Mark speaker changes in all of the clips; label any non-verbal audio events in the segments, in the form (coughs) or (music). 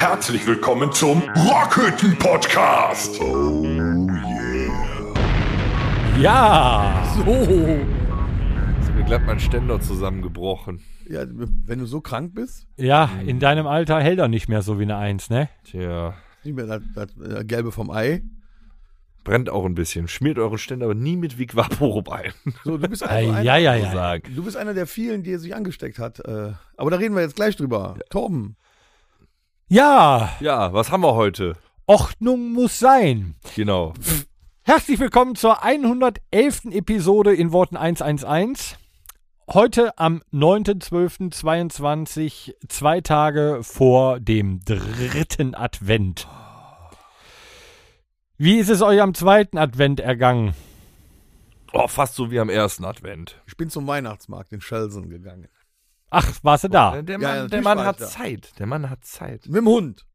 Speaker 1: Herzlich willkommen zum Rockhütten Podcast. Oh yeah.
Speaker 2: Ja!
Speaker 3: So.
Speaker 4: Ist mir glatt mein Ständer zusammengebrochen.
Speaker 3: Ja, wenn du so krank bist,
Speaker 2: Ja, in deinem Alter hält er nicht mehr so wie eine Eins, ne?
Speaker 4: Tja.
Speaker 3: nicht mehr das, das äh, Gelbe vom Ei.
Speaker 4: Brennt auch ein bisschen. Schmiert euren Ständer aber nie mit Vigvaporub ein. (laughs)
Speaker 3: So, du bist also
Speaker 2: Ah,
Speaker 3: einer,
Speaker 2: ja, ja,
Speaker 4: muss ich
Speaker 2: ja.
Speaker 4: sagen.
Speaker 3: Du bist einer der vielen, die sich angesteckt hat. äh, Aber da reden wir jetzt gleich drüber. Torben,
Speaker 2: Ja,
Speaker 4: Ja, was haben wir heute?
Speaker 2: Ordnung muss sein.
Speaker 4: Genau.
Speaker 2: Herzlich willkommen zur 111. Episode in Worten 111. Heute am 9.12.22, zwei Tage vor dem dritten Advent. Wie ist es euch am zweiten Advent ergangen?
Speaker 4: Oh, fast so wie am ersten Advent.
Speaker 3: ich bin zum Weihnachtsmarkt in Schelsen gegangen.
Speaker 2: Ach, warst du da?
Speaker 4: Äh, Der Mann,
Speaker 3: Ja, natürlich
Speaker 4: der Mann
Speaker 3: war
Speaker 4: hat
Speaker 3: ich da.
Speaker 4: Zeit. Der Mann hat Zeit.
Speaker 3: Mit dem Hund.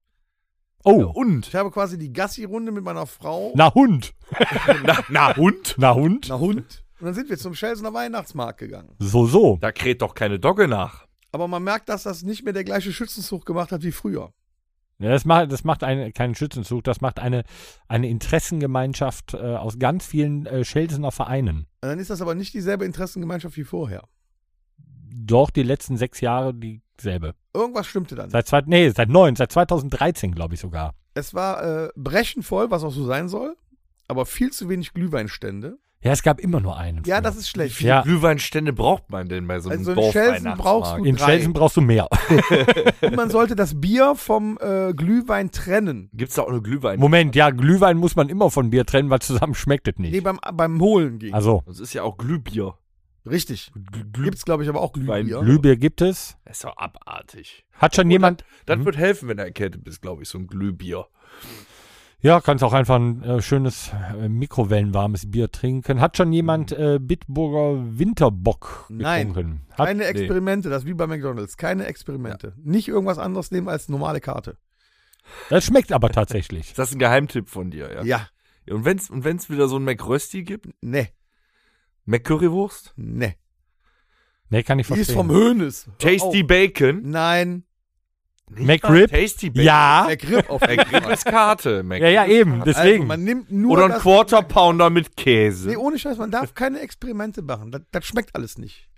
Speaker 2: Oh,
Speaker 4: Und?
Speaker 3: Ich habe quasi die Gassi-Runde mit meiner Frau
Speaker 2: na Hund.
Speaker 4: Na, (laughs) na und?
Speaker 2: Na Hund?
Speaker 3: nach Hund. Und dann sind wir zum Schelsener Weihnachtsmarkt gegangen.
Speaker 2: So, so.
Speaker 4: Da kräht doch keine Dogge nach.
Speaker 3: Aber man merkt, dass das nicht mehr der gleiche Schützenzug gemacht hat wie früher.
Speaker 2: Ja, das macht, das macht eine, keinen Schützenzug, das macht eine, eine Interessengemeinschaft äh, aus ganz vielen äh, Schelsener Vereinen.
Speaker 3: Und dann ist das aber nicht dieselbe Interessengemeinschaft wie vorher.
Speaker 2: Doch die letzten sechs Jahre dieselbe.
Speaker 3: Irgendwas stimmte dann. nicht.
Speaker 2: Seit zwei, nee, seit neun, seit 2013, glaube ich sogar.
Speaker 3: Es war äh, brechend voll, was auch so sein soll, aber viel zu wenig Glühweinstände.
Speaker 2: Ja, es gab immer nur einen.
Speaker 3: Ja,
Speaker 2: früher.
Speaker 3: das ist schlecht.
Speaker 2: Ja.
Speaker 4: Glühweinstände braucht man denn bei so einem
Speaker 3: Also in
Speaker 4: Dorf
Speaker 3: Schelsen brauchst du-
Speaker 2: In
Speaker 3: drei.
Speaker 2: Schelsen brauchst du
Speaker 3: (laughs)
Speaker 2: mehr.
Speaker 3: Und man sollte das Bier vom äh, Glühwein trennen.
Speaker 4: Gibt's da auch eine Glühwein?
Speaker 2: Moment, ja, Glühwein muss man immer von Bier trennen, weil zusammen schmeckt es
Speaker 3: Nee,
Speaker 2: nicht.
Speaker 3: beim, beim Holen ging.
Speaker 2: Also,
Speaker 4: Das ist ja auch Glühbier.
Speaker 3: Richtig.
Speaker 4: Glüh- Glüh-
Speaker 3: Gibt's, glaube ich, aber auch Glühbier.
Speaker 2: Glühbier gibt es.
Speaker 4: Das ist doch abartig.
Speaker 2: Hat schon jemand.
Speaker 4: Das wird helfen, wenn du erkältet bist, glaube ich, so ein Glühbier.
Speaker 2: Ja, kannst auch einfach ein äh, schönes äh, mikrowellenwarmes Bier trinken. Hat schon jemand äh, Bitburger Winterbock
Speaker 3: Nein.
Speaker 2: getrunken? Hat,
Speaker 3: Keine Experimente, das ist wie bei McDonalds. Keine Experimente. Nicht irgendwas anderes nehmen als normale Karte.
Speaker 2: das schmeckt aber tatsächlich.
Speaker 4: Ist das ein Geheimtipp von dir, ja?
Speaker 3: Ja.
Speaker 4: Und wenn's, und wenn's wieder so ein McRösti gibt,
Speaker 3: Nee,
Speaker 4: McCurrywurst,
Speaker 3: nee.
Speaker 2: Nee, kann ich
Speaker 3: Die ist vom
Speaker 2: verstehen.
Speaker 3: Hönes.
Speaker 4: Tasty Bacon,
Speaker 3: Nein.
Speaker 2: McRib?
Speaker 4: Tasty Bacon.
Speaker 2: Ja,
Speaker 3: Der Grip auf jeden
Speaker 4: McRib
Speaker 3: Fall.
Speaker 4: ist Karte, Mac.
Speaker 2: ja, ja, eben,
Speaker 3: Also,
Speaker 2: Ah. deswegen.
Speaker 3: man nimmt nur
Speaker 4: Oder ein
Speaker 3: das-
Speaker 4: Quarter Pounder mit
Speaker 3: Nee,
Speaker 4: Käse.
Speaker 2: oh,
Speaker 3: ohne Scheiß, man darf keine Experimente machen. Das, das schmeckt alles nicht.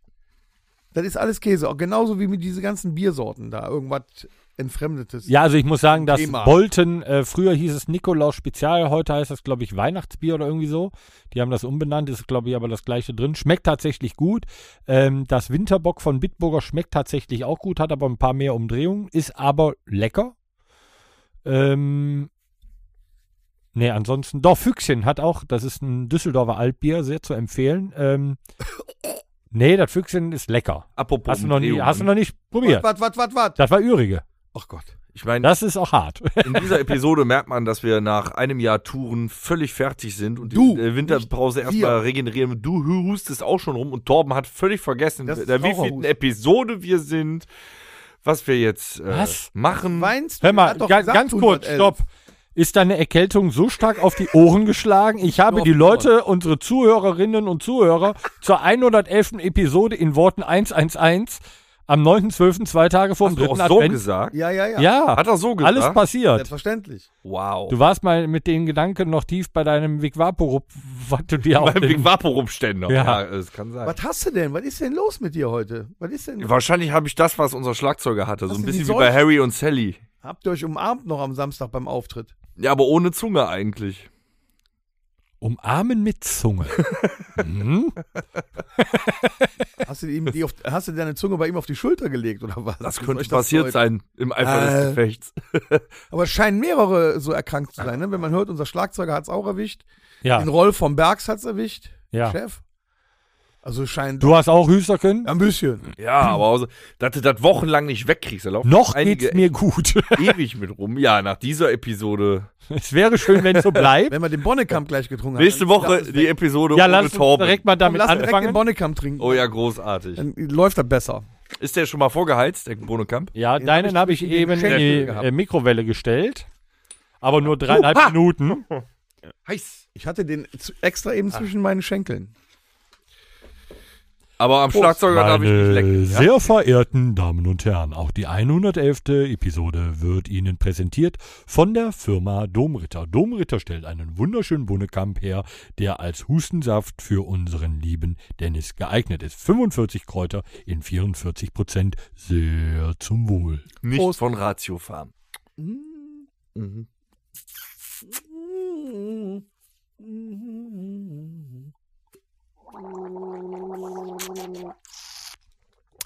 Speaker 3: Das ist alles Käse. Auch genauso wie mit diesen ganzen Biersorten da. Irgendwas Entfremdetes.
Speaker 2: ja, also ich muss sagen, dass
Speaker 3: Thema.
Speaker 2: Bolten, äh, früher hieß es Nikolaus Spezial, heute heißt das, glaube ich, Weihnachtsbier oder irgendwie so. Die haben das umbenannt, ist, glaube ich, aber das gleiche drin. Schmeckt tatsächlich gut. Ähm, das Winterbock von Bitburger schmeckt tatsächlich auch gut, hat aber ein paar mehr Umdrehungen, ist aber lecker. Ähm, nee, ansonsten, doch, Füchschen hat auch, das ist ein Düsseldorfer Altbier, sehr zu empfehlen. Ähm, nee, das Füchschen ist lecker.
Speaker 4: Apropos
Speaker 2: Hast du noch nie,
Speaker 4: Umdrehungen.
Speaker 2: hast du noch nicht probiert?
Speaker 3: Wat, wat, wat, wat?
Speaker 2: Das war Ürige.
Speaker 3: Ach Gott.
Speaker 4: Ich meine,
Speaker 2: Das ist auch hart.
Speaker 4: in dieser Episode merkt man, dass wir nach einem Jahr Touren völlig fertig sind und
Speaker 3: Du,
Speaker 4: die äh, Winterpause
Speaker 3: nicht
Speaker 4: erstmal
Speaker 3: wir.
Speaker 4: regenerieren. Du hustest auch schon rum und Torben hat völlig vergessen,
Speaker 3: Das ist
Speaker 4: der wievielten
Speaker 3: Raucherhusten.
Speaker 4: Episode wir sind, was wir jetzt äh,
Speaker 2: Was?
Speaker 4: machen.
Speaker 3: Weinst du?
Speaker 2: Hör mal,
Speaker 3: Hat doch
Speaker 2: ga,
Speaker 3: gesagt,
Speaker 2: ganz kurz,
Speaker 3: 111.
Speaker 2: stopp. Ist deine Erkältung so stark auf die Ohren geschlagen? Ich habe
Speaker 3: Nur
Speaker 2: die
Speaker 3: auf die Ohren.
Speaker 2: Leute, unsere Zuhörerinnen und Zuhörer, zur 111. Episode in Worten 111 am 9.12., zwei Tage vor dem
Speaker 4: Hast du auch
Speaker 2: dritten
Speaker 4: so
Speaker 2: Advent.
Speaker 4: gesagt?
Speaker 3: Ja, ja, ja.
Speaker 2: Ja,
Speaker 4: Hat er so gesagt?
Speaker 2: alles passiert.
Speaker 3: Selbstverständlich.
Speaker 2: (laughs)
Speaker 4: Wow.
Speaker 2: Du warst mal mit den Gedanken noch tief bei deinem Vigvaporub, was du dir auch
Speaker 4: (laughs) Beim Big
Speaker 2: den,
Speaker 4: Vapo rumständer.
Speaker 2: Ja.
Speaker 4: es kann sein.
Speaker 3: Was hast du denn? Was ist denn los mit dir heute? Was ist denn?
Speaker 4: Wahrscheinlich habe ich das, was unser Schlagzeuger hatte. So
Speaker 3: Hast
Speaker 4: ein
Speaker 3: du die
Speaker 4: bisschen wie
Speaker 3: Seuche?
Speaker 4: bei Harry und Sally.
Speaker 3: Habt ihr euch umarmt noch am Samstag beim Auftritt?
Speaker 4: Ja, aber ohne Zunge eigentlich.
Speaker 2: Umarmen mit
Speaker 4: (laughs)
Speaker 2: Zunge. hm?
Speaker 3: Hast du, ihm die auf, hast du deine Zunge bei ihm auf die Schulter gelegt oder was?
Speaker 4: Das
Speaker 3: Ist
Speaker 4: könnte
Speaker 3: euch
Speaker 4: passiert
Speaker 3: deutlich?
Speaker 4: sein im Eifer
Speaker 3: Äh.
Speaker 4: des Gefechts.
Speaker 3: Aber es scheinen mehrere so erkrankt zu sein. Ne? Wenn man hört, unser Schlagzeuger hat es auch erwischt.
Speaker 2: Ja,
Speaker 3: Den Rolf vom Bergs hat es erwischt.
Speaker 2: Ja.
Speaker 3: Chef. Also scheint
Speaker 2: du hast auch Hüsterken?
Speaker 3: ein bisschen.
Speaker 4: (laughs) Ja, aber also, dass du das wochenlang nicht wegkriegst. Da laufen
Speaker 2: Noch
Speaker 4: einige
Speaker 2: geht's mir gut. (laughs)
Speaker 4: (laughs) ewig mit rum. Ja, nach dieser Episode.
Speaker 2: es wäre schön, wenn es so
Speaker 4: (laughs)
Speaker 2: bleibt.
Speaker 3: Wenn wir den Bonnekamp gleich getrunken
Speaker 4: Nächste
Speaker 3: haben.
Speaker 4: Woche die Episode
Speaker 2: Ja,
Speaker 4: ohne
Speaker 2: lass uns
Speaker 4: Torben.
Speaker 2: direkt mal damit
Speaker 3: Lass direkt den
Speaker 2: anfangen.
Speaker 3: Bonnekamp trinken.
Speaker 4: oh ja, großartig.
Speaker 3: Dann läuft das besser.
Speaker 4: Ist der schon mal vorgeheizt, der Bonekamp?
Speaker 2: Ja,
Speaker 3: Den
Speaker 2: deinen
Speaker 3: hab
Speaker 2: habe
Speaker 3: ich
Speaker 2: ich
Speaker 3: in den
Speaker 2: eben in
Speaker 3: Schädel
Speaker 2: die
Speaker 3: gehabt.
Speaker 2: äh, Mikrowelle gestellt. Aber nur dreieinhalb
Speaker 4: Oha!
Speaker 2: Minuten.
Speaker 4: Heiß.
Speaker 2: Ah.
Speaker 3: Ich hatte den zu- extra eben zwischen meinen Schenkeln.
Speaker 4: Aber am Schlagzeuger darf ich nicht
Speaker 2: Meine
Speaker 4: lecken. Ja?
Speaker 2: sehr verehrten Damen und Herren, auch die 111. Episode wird Ihnen präsentiert von der Firma Domritter. Domritter stellt einen wunderschönen Bunnekamp her, der als Hustensaft für unseren lieben Dennis geeignet ist. 45 Kräuter in 44 Prozent. Sehr zum Wohl.
Speaker 4: Nicht
Speaker 3: Prost.
Speaker 4: von Ratio Farm. Mhm.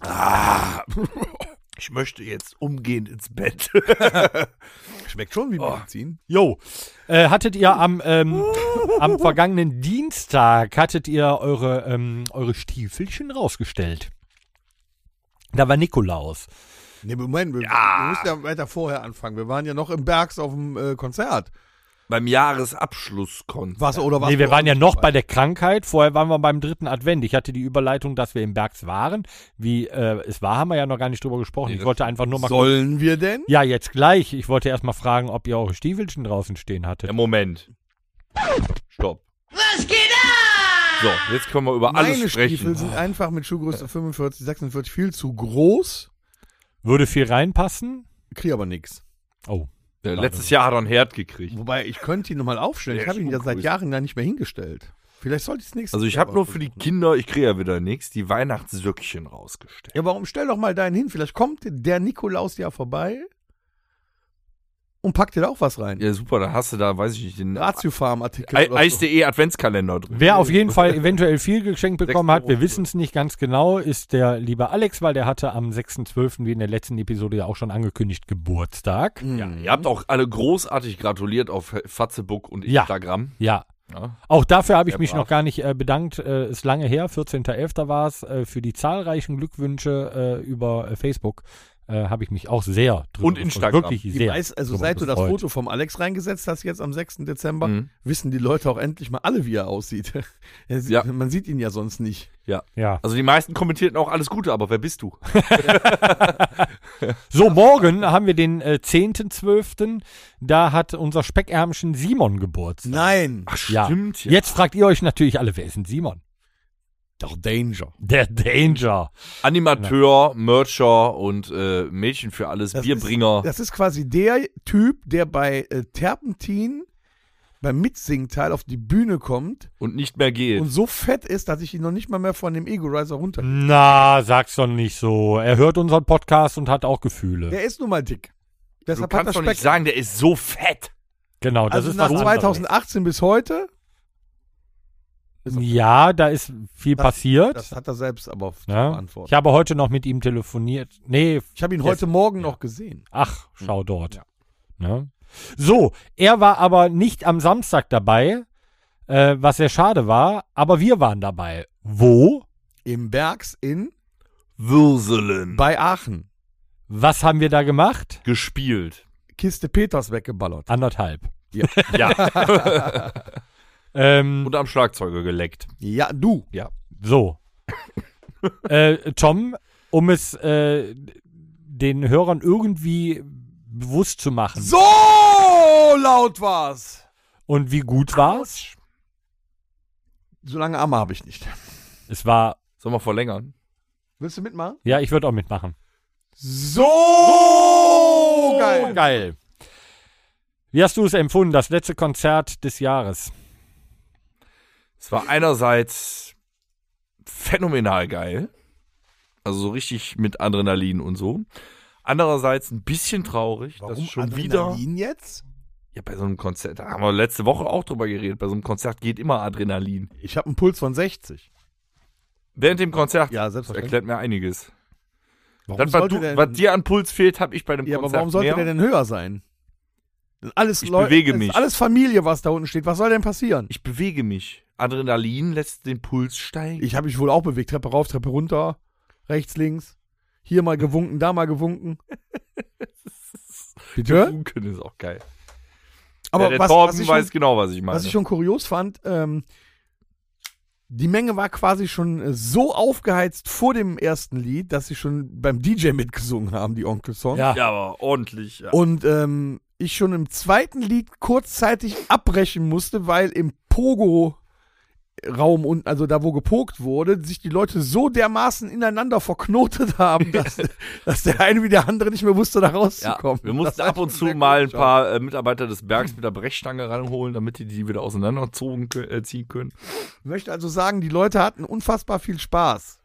Speaker 4: Ah, ich möchte jetzt umgehend ins Bett.
Speaker 3: Schmeckt schon
Speaker 4: Oh.
Speaker 3: wie Medizin.
Speaker 2: Jo, äh, hattet ihr am,
Speaker 4: (laughs)
Speaker 2: ähm, am vergangenen Dienstag, hattet ihr eure, ähm, eure Stiefelchen rausgestellt? Da war Nikolaus.
Speaker 3: Nee, Moment, wir, wir müssen ja weiter vorher anfangen. Wir waren ja noch im Bergs auf dem äh, Konzert.
Speaker 4: Beim Jahresabschlusskonzert.
Speaker 3: Was oder was?
Speaker 2: Nee, wir waren ja noch bei der Krankheit. Vorher waren wir beim dritten Advent. Ich hatte die Überleitung, dass wir im Bergs waren. Wie äh, es war, haben wir ja noch gar nicht drüber gesprochen.
Speaker 4: Nee,
Speaker 2: Ich
Speaker 4: das
Speaker 2: wollte einfach nur mal.
Speaker 3: Sollen wir denn?
Speaker 2: ja, jetzt gleich. Ich wollte erst mal fragen, ob ihr eure Stiefelchen draußen stehen
Speaker 4: Ja,
Speaker 2: hattet.
Speaker 4: Äh, Moment. Stopp. Was geht ab? So, jetzt können wir über alles
Speaker 3: Meine
Speaker 4: sprechen.
Speaker 3: Stiefel sind einfach mit Schuhgröße 45, 46 viel zu groß.
Speaker 2: Würde viel reinpassen?
Speaker 3: Krieg aber nix.
Speaker 2: Oh.
Speaker 4: Äh, Letztes Jahr hat er einen Herd gekriegt.
Speaker 3: Wobei, ich könnte ihn nochmal aufstellen.
Speaker 4: Der
Speaker 3: Ich habe
Speaker 4: ist
Speaker 3: ihn ja seit
Speaker 4: uncool.
Speaker 3: Jahren da nicht mehr hingestellt. Vielleicht sollte ich es nächstes
Speaker 4: Also ich
Speaker 3: Jahr
Speaker 4: habe
Speaker 3: mal
Speaker 4: nur für die
Speaker 3: versuchen.
Speaker 4: Kinder, ich kriege ja wieder nichts, die Weihnachtssöckchen rausgestellt.
Speaker 3: Ja, warum stell doch mal deinen hin? Vielleicht kommt der Nikolaus ja vorbei und packt dir da auch was rein.
Speaker 4: Ja, super, dann hast du da, weiß ich nicht, den
Speaker 3: Ratiofarm-Artikel.
Speaker 4: Ei-
Speaker 3: oder so.
Speaker 4: Eis.de Adventskalender drin.
Speaker 2: Wer auf
Speaker 3: (laughs)
Speaker 2: jeden Fall eventuell viel geschenkt bekommen hat, wir
Speaker 4: Euro.
Speaker 2: wissen es nicht ganz genau, ist der liebe Alex, weil der hatte am 6.12., wie in der letzten Episode ja auch schon angekündigt, Geburtstag.
Speaker 4: (laughs)
Speaker 3: Mhm.
Speaker 4: Ja, ihr habt auch alle großartig gratuliert auf Fatzebuck und
Speaker 2: Ja.
Speaker 4: Instagram.
Speaker 2: Ja,
Speaker 4: Ja.
Speaker 2: Auch dafür habe ich
Speaker 4: Der
Speaker 2: mich
Speaker 4: brav.
Speaker 2: noch gar nicht äh, bedankt. Äh, ist lange her, 14.11. war es. Äh, für die zahlreichen Glückwünsche äh, über äh, Facebook äh, habe ich mich auch sehr drüber
Speaker 4: Und
Speaker 2: gefreut.
Speaker 4: Instagram.
Speaker 2: Wirklich
Speaker 3: Ich
Speaker 2: sehr.
Speaker 3: weiß, also
Speaker 2: drüber
Speaker 3: seit du das
Speaker 2: gefreut.
Speaker 3: Foto vom Alex reingesetzt hast, jetzt am 6. Dezember,
Speaker 4: Mhm.
Speaker 3: wissen die Leute auch endlich mal alle, wie er aussieht. (laughs) Er sieht-
Speaker 4: Ja.
Speaker 3: Man sieht ihn ja sonst nicht.
Speaker 2: Ja.
Speaker 4: Also die meisten kommentierten auch alles Gute, aber wer bist du?
Speaker 2: So, morgen haben wir den äh, 10.12. Da hat unser Speckärmchen Simon Geburtstag.
Speaker 3: Nein.
Speaker 4: Ach,
Speaker 2: Ja.
Speaker 4: stimmt. Ja.
Speaker 2: Jetzt fragt ihr euch natürlich alle, wer ist denn Simon?
Speaker 3: Doch Danger.
Speaker 2: Der Danger.
Speaker 4: Animateur, Mercher und äh, Mädchen für alles,
Speaker 3: Das
Speaker 4: Bierbringer.
Speaker 3: Ist, Oh. das ist quasi der Typ, der bei äh, Terpentin beim Mitsingteil auf die Bühne kommt
Speaker 4: und nicht mehr geht.
Speaker 3: und so fett ist, dass ich ihn noch nicht mal mehr von dem Ego Riser runter.
Speaker 2: Na, sag's doch nicht so. Er hört unseren Podcast und hat auch Gefühle.
Speaker 3: Der ist nun mal dick.
Speaker 4: du
Speaker 3: Deshalb hat er
Speaker 4: kannst doch nicht
Speaker 3: Speck.
Speaker 4: sagen, der ist so fett.
Speaker 2: genau, das
Speaker 3: Also
Speaker 2: ist
Speaker 3: nach
Speaker 2: was anderes.
Speaker 3: 2018 bis heute,
Speaker 2: Ja, da ist viel
Speaker 3: Das-
Speaker 2: passiert.
Speaker 3: das hat er selbst aber zu
Speaker 2: Ja. Ich
Speaker 3: beantworten.
Speaker 2: habe heute noch mit ihm telefoniert. Nee,
Speaker 3: Ich habe ihn
Speaker 2: Yes.
Speaker 3: heute Morgen
Speaker 2: Ja.
Speaker 3: noch gesehen.
Speaker 2: ach, schau dort.
Speaker 3: Hm. Ja.
Speaker 2: Ne? So, er war aber nicht am Samstag dabei, äh, was sehr schade war, aber wir waren dabei. Wo?
Speaker 3: Im Bergs in
Speaker 4: Würselen.
Speaker 3: bei Aachen.
Speaker 2: Was haben wir da gemacht?
Speaker 3: (laughs)
Speaker 4: Gespielt.
Speaker 3: Kiste Peters weggeballert.
Speaker 2: Anderthalb.
Speaker 4: Ja.
Speaker 2: Ähm,
Speaker 4: und am Schlagzeuger geleckt.
Speaker 3: Ja, du.
Speaker 2: So. (laughs) äh, Tom, um es äh, den Hörern irgendwie bewusst zu machen.
Speaker 3: So laut war's.
Speaker 2: Und wie gut war's?
Speaker 3: So lange Arme habe ich nicht.
Speaker 2: Es war,
Speaker 4: Sollen wir verlängern?
Speaker 3: Willst du mitmachen?
Speaker 2: ja, ich würde auch mitmachen.
Speaker 3: So
Speaker 2: geil. Wie hast du es empfunden, das letzte Konzert des Jahres?
Speaker 4: Es war einerseits phänomenal geil, also so richtig mit Adrenalin und so. Andererseits ein bisschen traurig, dass schon wieder.
Speaker 3: Adrenalin jetzt?
Speaker 4: Ja, bei so einem Konzert, da haben wir letzte Woche auch drüber geredet, bei so einem Konzert geht immer Adrenalin.
Speaker 3: Ich habe einen Puls von 60.
Speaker 4: Während dem Konzert,
Speaker 3: Ja,
Speaker 4: das
Speaker 3: selbstverständlich.
Speaker 4: erklärt mir einiges.
Speaker 3: Warum
Speaker 4: Das, was,
Speaker 3: sollte
Speaker 4: du,
Speaker 3: der-
Speaker 4: was dir an Puls fehlt, habe ich bei dem
Speaker 3: ja, aber
Speaker 4: Konzert
Speaker 3: warum sollte
Speaker 4: mehr.
Speaker 3: der denn höher sein? Denn Alles
Speaker 4: Ich
Speaker 3: Leu-
Speaker 4: bewege
Speaker 3: das ist
Speaker 4: mich.
Speaker 3: Alles Familie, was da unten steht. Was soll denn passieren?
Speaker 4: ich bewege mich. Adrenalin lässt den Puls steigen.
Speaker 3: Ich habe mich wohl auch bewegt. Treppe rauf, Treppe runter, rechts, links. Hier mal gewunken, da mal gewunken.
Speaker 4: (laughs)
Speaker 3: Bitte?
Speaker 4: Funken ist auch geil.
Speaker 3: Aber
Speaker 4: ja, der
Speaker 3: was,
Speaker 4: Torben
Speaker 3: was, ich
Speaker 4: weiß
Speaker 3: schon,
Speaker 4: genau, was ich meine.
Speaker 3: was ich schon kurios fand, ähm, die Menge war quasi schon äh, so aufgeheizt vor dem ersten Lied, dass sie schon beim DJ mitgesungen haben, die Onkel-Song.
Speaker 4: ja, aber ordentlich. Ja.
Speaker 3: Und ähm, ich schon im zweiten Lied kurzzeitig abbrechen musste, weil im Pogo Raum unten, also da wo gepokt wurde, sich die Leute so dermaßen ineinander verknotet haben, dass, dass der eine wie der andere nicht mehr wusste, da rauszukommen.
Speaker 4: wir mussten
Speaker 3: Das
Speaker 4: ab
Speaker 3: war
Speaker 4: und zu
Speaker 3: schon sehr
Speaker 4: mal ein
Speaker 3: komisch,
Speaker 4: paar äh, Mitarbeiter des Bergs mit der Brechstange ranholen, damit die die wieder auseinanderzogen kö- äh, ziehen
Speaker 3: (laughs)
Speaker 4: können.
Speaker 3: Ich möchte also sagen, die Leute hatten unfassbar viel Spaß.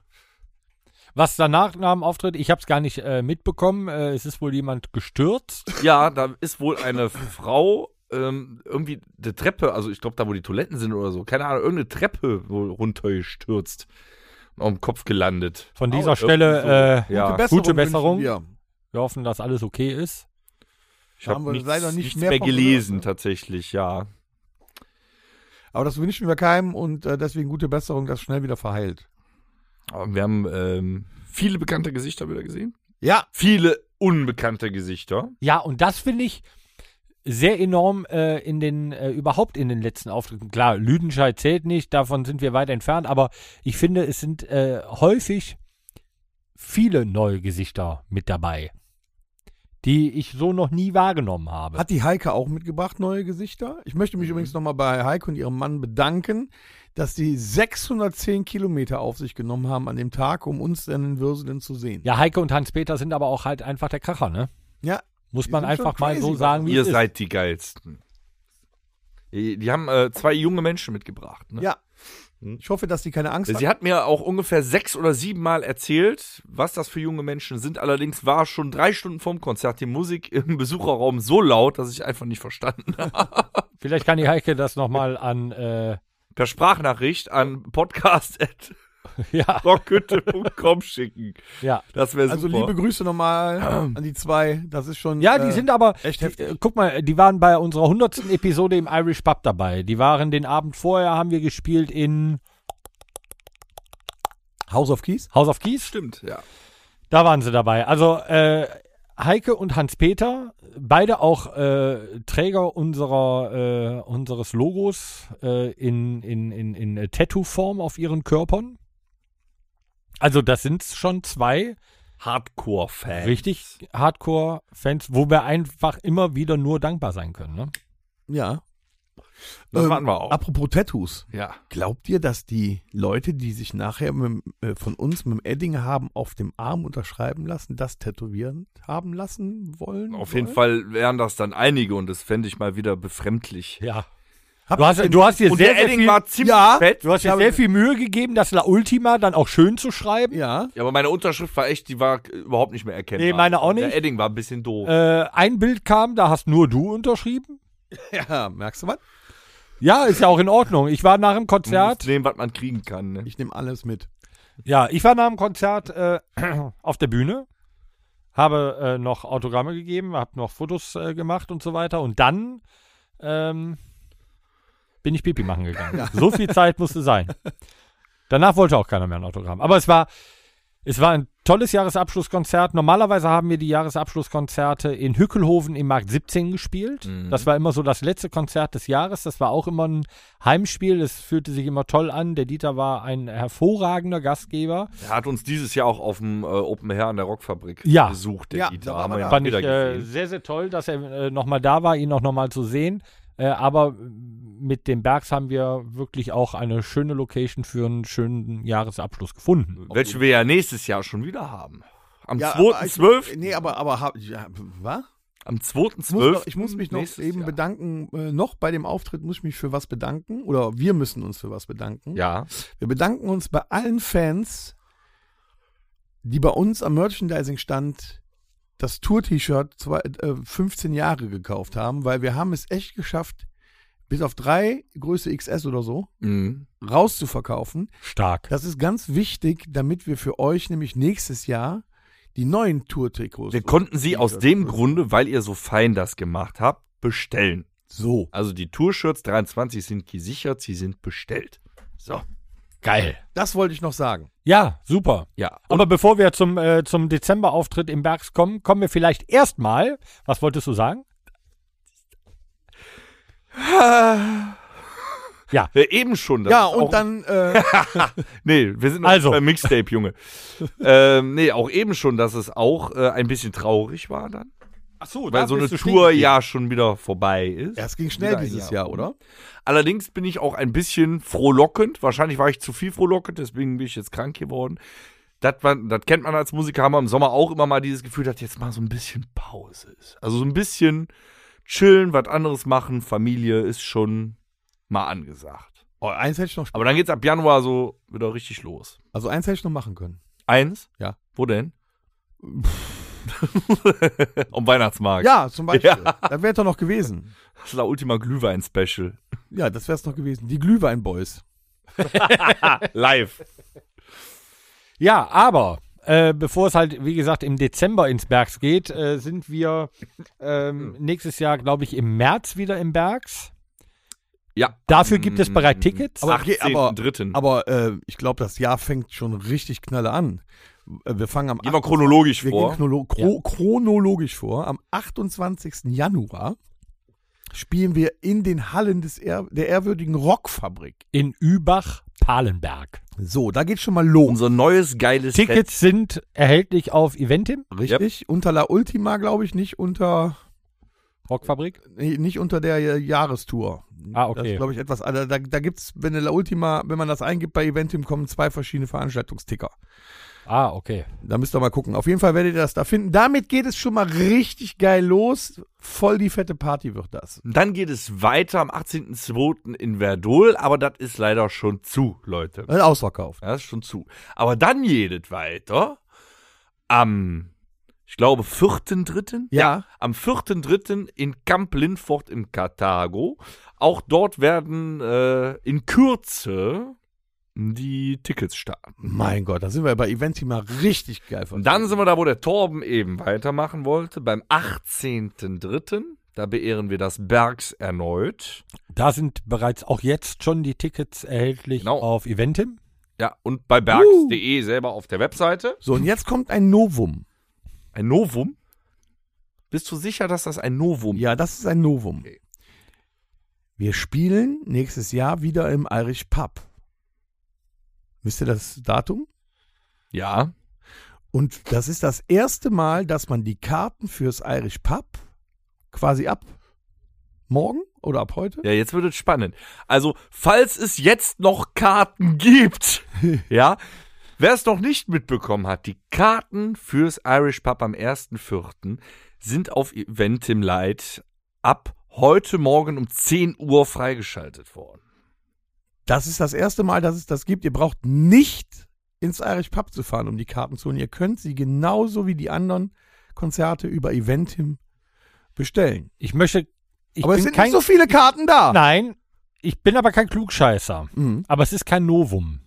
Speaker 2: Was danach nach dem Auftritt, ich habe es gar nicht äh, mitbekommen. Äh, es ist wohl jemand gestürzt.
Speaker 4: Ja, da ist wohl eine Frau ähm, irgendwie eine Treppe, also ich glaube da, wo die Toiletten sind oder so, keine Ahnung, irgendeine Treppe wohl runtergestürzt und auf dem Kopf gelandet.
Speaker 2: Von
Speaker 4: Oh,
Speaker 2: dieser
Speaker 4: irgendwie
Speaker 2: Stelle äh,
Speaker 4: Ja,
Speaker 2: gute
Speaker 3: wünschen
Speaker 2: Besserung.
Speaker 3: wir.
Speaker 2: wir hoffen, dass alles okay ist.
Speaker 4: ich
Speaker 3: da haben
Speaker 4: habe
Speaker 3: wir
Speaker 4: nichts,
Speaker 3: leider nicht
Speaker 4: nichts
Speaker 3: mehr
Speaker 4: mehr,
Speaker 3: von
Speaker 4: gelesen
Speaker 3: gehört, ne?
Speaker 4: tatsächlich, ja.
Speaker 3: Aber das wünschen wir keinem und äh, deswegen gute Besserung, dass schnell wieder verheilt.
Speaker 4: Aber wir haben ähm, viele bekannte Gesichter wieder gesehen.
Speaker 3: Ja,
Speaker 4: Viele unbekannte Gesichter.
Speaker 2: Ja, und das finde ich sehr enorm äh, in den, äh, überhaupt in den letzten Auftritten. Klar, Lüdenscheid zählt nicht, davon sind wir weit entfernt, aber ich finde, es sind äh, häufig viele neue Gesichter mit dabei, die ich so noch nie wahrgenommen habe.
Speaker 3: hat die Heike auch mitgebracht, neue Gesichter. Ich möchte
Speaker 2: Mhm.
Speaker 3: mich übrigens nochmal bei Heike und ihrem Mann bedanken, dass die 610 Kilometer auf sich genommen haben an dem Tag, um uns dann in Würselen zu sehen.
Speaker 2: ja, Heike und Hans-Peter sind aber auch halt einfach der Kracher, ne?
Speaker 3: Ja,
Speaker 2: Muss
Speaker 3: Die
Speaker 2: man
Speaker 3: sind
Speaker 2: einfach
Speaker 3: schon
Speaker 2: mal
Speaker 3: crazy,
Speaker 2: so
Speaker 3: was
Speaker 2: sagen, wie
Speaker 4: Ihr
Speaker 2: es ist.
Speaker 4: seid die geilsten. Die, die haben äh, zwei junge Menschen mitgebracht. Ne?
Speaker 3: ja.
Speaker 2: Mhm.
Speaker 3: Ich hoffe, dass die keine Angst
Speaker 4: Sie hat mir auch ungefähr sechs oder sieben Mal erzählt, was das für junge Menschen sind. Allerdings war schon drei Stunden vorm Konzert die Musik im Besucherraum so laut, dass ich einfach nicht verstanden (laughs) habe.
Speaker 2: Vielleicht kann die Heike das nochmal an, äh, (laughs)
Speaker 4: Per Sprachnachricht an podcast.rockhütte.com
Speaker 2: ja,
Speaker 4: schicken.
Speaker 2: ja.
Speaker 4: Das wäre super.
Speaker 3: Also liebe Grüße nochmal
Speaker 2: (clears throat)
Speaker 3: an die zwei. Das ist schon.
Speaker 2: Ja, die
Speaker 3: äh,
Speaker 2: sind aber.
Speaker 3: echt
Speaker 2: die,
Speaker 3: heftig.
Speaker 2: äh, guck mal, die waren bei unserer 100. Episode im Irish Pub dabei. Die waren den Abend vorher, haben wir gespielt in
Speaker 3: House of Keys.
Speaker 2: House of Keys.
Speaker 4: Stimmt, ja.
Speaker 2: Da waren sie dabei. Also äh, Heike und Hans-Peter, beide auch äh, Träger unserer, äh, unseres Logos äh, in, in, in, in äh, Tattoo-Form auf ihren Körpern. Also das sind schon zwei
Speaker 3: Äh.
Speaker 4: Hardcore-Fan.
Speaker 2: richtig Hardcore-Fans, wo wir einfach immer wieder nur dankbar sein können. Ne?
Speaker 3: Ja.
Speaker 4: Das
Speaker 3: Ähm,
Speaker 4: warten wir auch.
Speaker 3: Apropos Tattoos.
Speaker 4: ja.
Speaker 3: Glaubt ihr, dass die Leute, die sich nachher mit, dem, äh, von uns mit dem Edding haben auf dem Arm unterschreiben lassen, das tätowieren haben lassen wollen?
Speaker 4: Auf jeden
Speaker 3: wollen?
Speaker 4: Fall wären das dann einige und das fände ich mal wieder befremdlich.
Speaker 2: Ja.
Speaker 3: Habt
Speaker 2: Du hast,
Speaker 3: ihr-
Speaker 2: du hast dir
Speaker 4: Und
Speaker 2: sehr,
Speaker 4: der
Speaker 2: sehr,
Speaker 4: Edding
Speaker 2: viel,
Speaker 4: war ziemlich
Speaker 3: Ja.
Speaker 4: fett.
Speaker 2: du hast dir sehr viel Mühe gegeben, das La Ultima dann auch schön zu schreiben.
Speaker 4: (laughs)
Speaker 3: Ja.
Speaker 4: Ja, aber meine Unterschrift war echt, die war äh, überhaupt nicht mehr erkennbar.
Speaker 2: Nee, meine auch nicht.
Speaker 4: Der Edding war ein bisschen doof.
Speaker 2: Äh, ein Bild kam, da hast nur du unterschrieben.
Speaker 3: Ja, merkst du was?
Speaker 2: Ja, ist ja auch in Ordnung. Ich war nach dem
Speaker 4: man muss
Speaker 2: Konzert,
Speaker 4: nehmen, was man kriegen kann. Ne?
Speaker 3: Ich nehme alles mit.
Speaker 2: ja, ich war nach dem Konzert äh, (clears throat) auf der Bühne, habe äh, noch Autogramme gegeben, habe noch Fotos äh, gemacht und so weiter. Und dann ähm, bin ich Pipi machen gegangen. So viel Zeit musste
Speaker 4: (laughs)
Speaker 2: sein. Danach wollte auch keiner mehr ein Autogramm. Aber es war, es war ein tolles Jahresabschlusskonzert. Normalerweise haben wir die Jahresabschlusskonzerte in Hückelhoven im Markt 17 gespielt.
Speaker 4: Mhm.
Speaker 2: Das war immer so das letzte Konzert des Jahres. Das war auch immer ein Heimspiel. Es fühlte sich immer toll an. Der Dieter war ein hervorragender Gastgeber.
Speaker 4: Er hat uns dieses Jahr auch auf dem äh, Open Air an der Rockfabrik
Speaker 2: Ja.
Speaker 4: besucht, der
Speaker 3: Ja,
Speaker 4: Dieter.
Speaker 3: da
Speaker 4: Haben
Speaker 3: waren
Speaker 4: wir
Speaker 3: wir
Speaker 4: ja
Speaker 3: da.
Speaker 2: Fand ich
Speaker 4: wieder
Speaker 2: äh,
Speaker 4: gesehen.
Speaker 2: sehr, sehr toll, dass er äh, nochmal da war, ihn auch nochmal zu sehen. Äh, aber mit den Bergs haben wir wirklich auch eine schöne Location für einen schönen Jahresabschluss gefunden.
Speaker 4: Welchen wir ja nächstes Jahr schon wieder haben. Am
Speaker 3: äh, Ja, aber ich-
Speaker 4: 2.12.
Speaker 3: Nee, aber, aber, hab- ja, was?
Speaker 4: Am
Speaker 3: Ich muss,
Speaker 4: 2.12.
Speaker 3: noch, ich muss mich noch
Speaker 4: nächstes
Speaker 3: eben
Speaker 4: Jahr.
Speaker 3: bedanken, äh, noch bei dem Auftritt muss ich mich für was bedanken oder wir müssen uns für was bedanken.
Speaker 4: Ja.
Speaker 3: Wir bedanken uns bei allen Fans, die bei uns am Merchandising stand, das Tour-T-Shirt zwei- äh, 15 Jahre gekauft haben, weil wir haben es echt geschafft, bis auf drei Größe XS oder so
Speaker 4: Mhm.
Speaker 3: rauszuverkaufen.
Speaker 2: Stark.
Speaker 3: Das ist ganz wichtig, damit wir für euch nämlich nächstes Jahr die neuen Tour-Trikots
Speaker 4: Wir konnten sie aus dem Grunde, weil ihr so fein das gemacht habt, bestellen.
Speaker 3: so
Speaker 4: Also die Tour-Shirts 23 sind gesichert, sie sind bestellt. So.
Speaker 2: Geil.
Speaker 3: Das wollte ich noch sagen.
Speaker 2: Ja, super.
Speaker 4: Ja.
Speaker 2: Aber bevor wir zum, äh, zum Dezemberauftritt im Bergs kommen, kommen wir vielleicht erstmal, was wolltest du sagen?
Speaker 4: Äh, eben schon. das
Speaker 3: ja,
Speaker 4: ist auch-
Speaker 3: und dann
Speaker 4: (laughs)
Speaker 3: äh,
Speaker 4: Nee, wir sind noch
Speaker 2: Also.
Speaker 4: beim Mixtape,
Speaker 3: (laughs)
Speaker 4: Junge. ähm, nee, auch eben schon, dass es auch äh, ein bisschen traurig war dann.
Speaker 2: Ach
Speaker 3: Oh,
Speaker 2: so,
Speaker 4: weil
Speaker 2: da
Speaker 4: so eine
Speaker 2: willst du
Speaker 4: Tour
Speaker 2: stehen.
Speaker 4: ja schon wieder vorbei ist.
Speaker 3: Ja, es ging schnell
Speaker 4: Wieder ein
Speaker 3: dieses Jahr,
Speaker 4: um.
Speaker 3: oder?
Speaker 4: Allerdings bin ich auch ein bisschen frohlockend. Wahrscheinlich war ich zu viel frohlockend, deswegen bin ich jetzt krank geworden. Das, man, das kennt man als Musiker, haben wir im Sommer auch immer mal dieses Gefühl, dass jetzt mal so ein bisschen Pause ist. Also so ein bisschen chillen, was anderes machen, Familie ist schon mal angesagt.
Speaker 3: Oh, eins hätte ich noch,
Speaker 4: Aber dann geht's ab Januar so wieder richtig los.
Speaker 3: also eins hätte ich noch machen können.
Speaker 4: Eins?
Speaker 3: Ja.
Speaker 4: Wo denn? (laughs) Am Weihnachtsmarkt.
Speaker 3: Ja, zum Beispiel. Das wäre doch noch gewesen.
Speaker 4: Das ist der Ultima Glühwein-Special.
Speaker 3: Ja, das wäre es noch gewesen. Die Glühwein-Boys.
Speaker 4: Live.
Speaker 2: Ja, aber äh, bevor es halt, wie gesagt, im Dezember ins Bergs geht, äh, sind wir ähm,
Speaker 4: Hm.
Speaker 2: nächstes Jahr, glaube ich, im März wieder im Bergs.
Speaker 4: Ja.
Speaker 2: Dafür gibt es
Speaker 4: Am
Speaker 2: bereits Tickets.
Speaker 3: Aber- okay, aber-
Speaker 4: 18.03.
Speaker 3: Aber äh, ich glaube, das Jahr fängt schon richtig knalle an. Äh, Wir fangen am
Speaker 4: Gehen wir chronologisch
Speaker 3: wir
Speaker 4: vor.
Speaker 3: gehen chronolo- chro chronologisch vor. Am 28. Januar spielen wir in den Hallen des Ehr der ehrwürdigen Rockfabrik.
Speaker 2: in Übach-Palenberg.
Speaker 3: So, da geht schon mal los.
Speaker 4: Unser neues geiles Fest.
Speaker 2: Tickets sind erhältlich auf Eventim,
Speaker 3: Richtig? Unter La Ultima, glaube ich, nicht unter
Speaker 2: Rockfabrik.
Speaker 3: nee, nicht unter der äh, Jahrestour.
Speaker 2: Ah, okay.
Speaker 3: Das ist, glaube ich, etwas. also Da, da, da gibt es, wenn du La Ultima, wenn man das eingibt bei Eventim, kommen zwei verschiedene Veranstaltungsticker.
Speaker 2: Ah, okay.
Speaker 3: Da müsst ihr mal gucken. Auf jeden Fall werdet ihr das da finden. Damit geht es schon mal richtig geil los. Voll die fette Party wird das.
Speaker 4: Dann geht es weiter am 18.02. in Verdol, aber das ist leider schon zu, Leute.
Speaker 3: Äh, Ausverkauft.
Speaker 4: Das ist schon zu. Aber dann geht es weiter am, ich glaube, 4.03.
Speaker 3: Ja.
Speaker 4: Am 4.3. in Camp Lindfort im Karthago. Auch dort werden äh, in Kürze die Tickets starten.
Speaker 3: Mein Gott, da sind wir bei Eventima richtig geil.
Speaker 4: Und dann sind wir da, wo der Torben eben weitermachen wollte, beim 18.03. Da beehren wir das Bergs erneut.
Speaker 2: Da sind bereits auch jetzt schon die Tickets erhältlich
Speaker 4: Genau.
Speaker 2: auf Eventim.
Speaker 4: Ja, und bei bergs.de selber auf der Webseite.
Speaker 3: So, und jetzt kommt ein Novum.
Speaker 4: Ein Novum? Bist du sicher, dass das ein
Speaker 2: Um.
Speaker 4: Novum
Speaker 3: Ja, das ist ein Novum.
Speaker 4: Okay.
Speaker 3: Wir spielen nächstes Jahr wieder im Irish Pub. Wisst ihr das Datum?
Speaker 4: Ja.
Speaker 3: Und das ist das erste Mal, dass man die Karten fürs Irish Pub quasi ab morgen oder ab heute
Speaker 4: Ja, jetzt wird es spannend. Also, falls es jetzt noch Karten (laughs) gibt, ja, wer es noch nicht mitbekommen hat, die Karten fürs Irish Pub am 1.4. sind auf Eventim Light ab heute Morgen um 10 Uhr freigeschaltet worden.
Speaker 3: Das ist das erste Mal, dass es das gibt. Ihr braucht nicht ins Irish Pub zu fahren, um die Karten zu holen. Ihr könnt sie genauso wie die anderen Konzerte über Eventim bestellen.
Speaker 2: Ich möchte. Ich
Speaker 3: Aber
Speaker 2: bin
Speaker 3: es sind
Speaker 2: kein,
Speaker 3: nicht so viele Karten da.
Speaker 4: Ah.
Speaker 2: Nein, ich bin aber kein Klugscheißer.
Speaker 3: Mhm.
Speaker 2: Aber es ist kein Novum.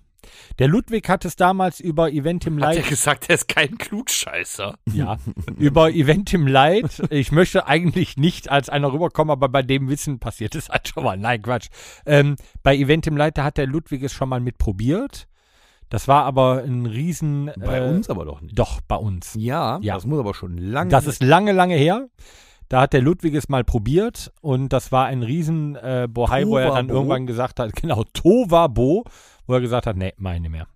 Speaker 2: Der Ludwig hat es damals über Eventim
Speaker 4: Hat er
Speaker 2: Light.
Speaker 4: gesagt, er ist kein Klugscheißer.
Speaker 2: Ja, über Eventim Light. Ich möchte eigentlich nicht als einer rüberkommen, aber bei dem Wissen passiert es halt schon mal. Nein, Quatsch. Ähm, bei Eventim Light, da hat der Ludwig es schon mal mit probiert. Das war aber ein Riesen.
Speaker 3: Bei
Speaker 2: äh,
Speaker 3: uns aber doch nicht.
Speaker 2: Doch, bei uns.
Speaker 3: Ja,
Speaker 2: Ja.
Speaker 3: das muss aber schon lange.
Speaker 2: Das ist lange, lange her. Da hat der Ludwig es mal probiert und das war ein riesen äh, Bohai, wo er dann
Speaker 3: Tovabo.
Speaker 2: irgendwann gesagt hat, (laughs) genau, Tovabo, wo er gesagt hat, nee, meine mehr.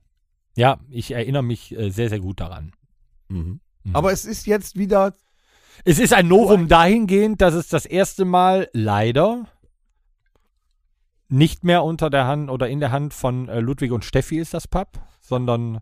Speaker 2: Ja, ich erinnere mich äh, sehr, sehr gut daran.
Speaker 3: Mhm.
Speaker 2: Mhm.
Speaker 3: Aber es ist jetzt wieder
Speaker 2: Es ist ein Novum dahingehend, dass es das erste Mal leider nicht mehr unter der Hand oder in der Hand von äh, Ludwig und Steffi ist das Pub, sondern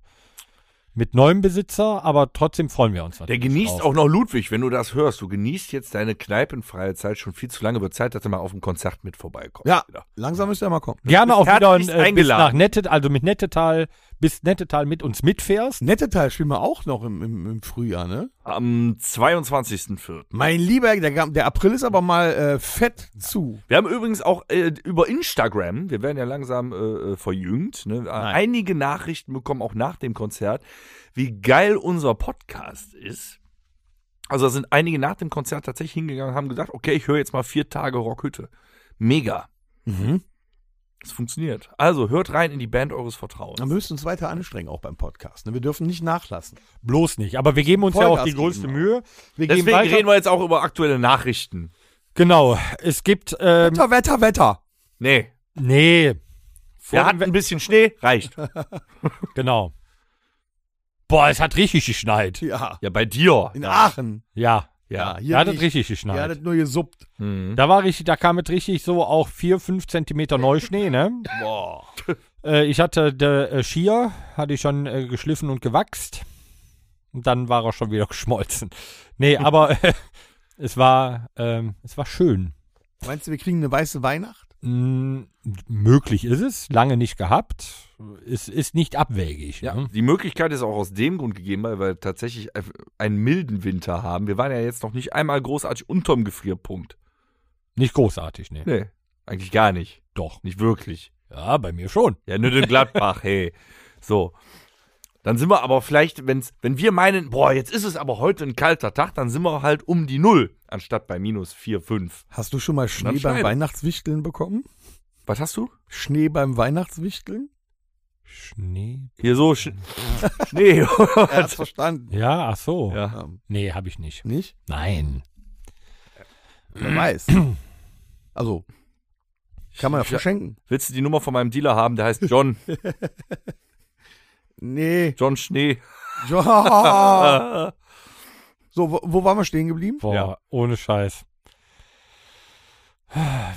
Speaker 2: mit neuem Besitzer, aber trotzdem freuen wir uns
Speaker 4: Der
Speaker 2: natürlich
Speaker 4: genießt
Speaker 2: drauf.
Speaker 4: auch noch Ludwig, wenn du das hörst. Du genießt jetzt deine kneipenfreie Zeit schon viel zu lange. Wird Zeit, dass du mal auf ein Konzert mit vorbeikommst.
Speaker 3: Ja.
Speaker 4: Wieder.
Speaker 3: langsam müsst ihr mal kommen.
Speaker 2: Gerne
Speaker 4: bist
Speaker 2: auch wieder
Speaker 4: herzlichst
Speaker 2: ein, äh, bis
Speaker 4: eingeladen.
Speaker 2: nach Nettetal, also mit Nettetal, bis Nettetal mit uns mitfährst.
Speaker 3: Nette Teil spielen wir auch noch im, im, im Frühjahr, ne?
Speaker 4: Am 22.04.
Speaker 3: Mein lieber, der, der April ist aber mal äh, fett zu.
Speaker 4: Wir haben übrigens auch äh, über Instagram, wir werden ja langsam äh, äh, verjüngt, ne? einige Nachrichten bekommen, auch nach dem Konzert, wie geil unser Podcast ist. Also da sind einige nach dem Konzert tatsächlich hingegangen und haben gesagt, okay, ich höre jetzt mal vier Tage Rockhütte. Mega.
Speaker 3: Mhm.
Speaker 4: Es funktioniert. Also hört rein in die Band eures Vertrauens.
Speaker 3: Wir müssen uns weiter anstrengen, auch beim Podcast. Ne? Wir dürfen nicht nachlassen.
Speaker 2: Bloß nicht. Aber wir geben uns ja
Speaker 3: Vollgas
Speaker 2: auch die
Speaker 3: geben
Speaker 2: größte
Speaker 3: wir.
Speaker 2: Mühe. Wir
Speaker 4: Deswegen
Speaker 2: gehen weiter.
Speaker 4: reden wir jetzt auch über aktuelle Nachrichten.
Speaker 2: genau. Es gibt, ähm,
Speaker 3: Wetter, Wetter, Wetter.
Speaker 4: Nee.
Speaker 2: nee.
Speaker 4: Wir hatten ein bisschen Schnee,
Speaker 2: (laughs)
Speaker 4: reicht.
Speaker 2: Genau. Boah, es hat richtig geschneit.
Speaker 3: Ja.
Speaker 4: Ja, bei dir.
Speaker 3: In Aachen.
Speaker 2: Ja.
Speaker 4: Ja.
Speaker 3: hier
Speaker 2: Ja, das
Speaker 3: nicht.
Speaker 2: richtig
Speaker 3: Ja,
Speaker 2: geschneit.
Speaker 3: das nur gesuppt.
Speaker 4: Mhm.
Speaker 2: da war richtig, da kam mit richtig so auch 4, 5 Zentimeter Neuschnee,
Speaker 3: (laughs)
Speaker 2: ne?
Speaker 4: Boah.
Speaker 2: Äh, ich hatte der äh, Skier, hatte ich schon äh, geschliffen und gewachst. Und dann war er schon wieder (laughs) geschmolzen. Nee, aber (laughs) äh, es war, ähm, es war schön.
Speaker 3: Meinst du, wir kriegen eine weiße Weihnacht?
Speaker 2: Mm, möglich ist es, lange nicht gehabt. Es ist nicht abwegig.
Speaker 4: Ja,
Speaker 2: Ne?
Speaker 4: die Möglichkeit ist auch aus dem Grund gegeben, weil wir tatsächlich einen milden Winter haben. Wir waren ja jetzt noch nicht einmal großartig unterm Gefrierpunkt.
Speaker 2: Nicht großartig, ne?
Speaker 4: Nee, eigentlich gar nicht.
Speaker 2: Doch.
Speaker 4: Nicht wirklich.
Speaker 2: Ja, bei mir schon.
Speaker 4: Ja, nur den Gladbach, (laughs) hey. So. Dann sind wir aber vielleicht, wenn's, wenn wir meinen, boah, jetzt ist es aber heute ein kalter Tag, dann sind wir halt um die Null, anstatt bei minus 4, 5.
Speaker 3: Hast du schon mal
Speaker 4: dann
Speaker 3: Schnee beim
Speaker 4: schneiden.
Speaker 3: Weihnachtswichteln bekommen?
Speaker 4: Was hast du?
Speaker 3: Schnee beim Weihnachtswichteln?
Speaker 2: Schnee.
Speaker 4: Hier so Sch (laughs) Schnee. (laughs)
Speaker 3: Er hat's verstanden.
Speaker 2: Ja, ach so.
Speaker 4: ja.
Speaker 3: Ja.
Speaker 2: Nee, habe ich nicht.
Speaker 3: Nicht?
Speaker 2: Nein.
Speaker 3: Wer weiß. Also, kann man ja verschenken.
Speaker 4: Willst du die Nummer von meinem Dealer haben? Der heißt John.
Speaker 3: (laughs) Nee.
Speaker 4: John Schnee. (laughs)
Speaker 3: Ja. So, wo, wo waren wir stehen geblieben?
Speaker 2: Boah,
Speaker 4: Ja.
Speaker 2: ohne Scheiß.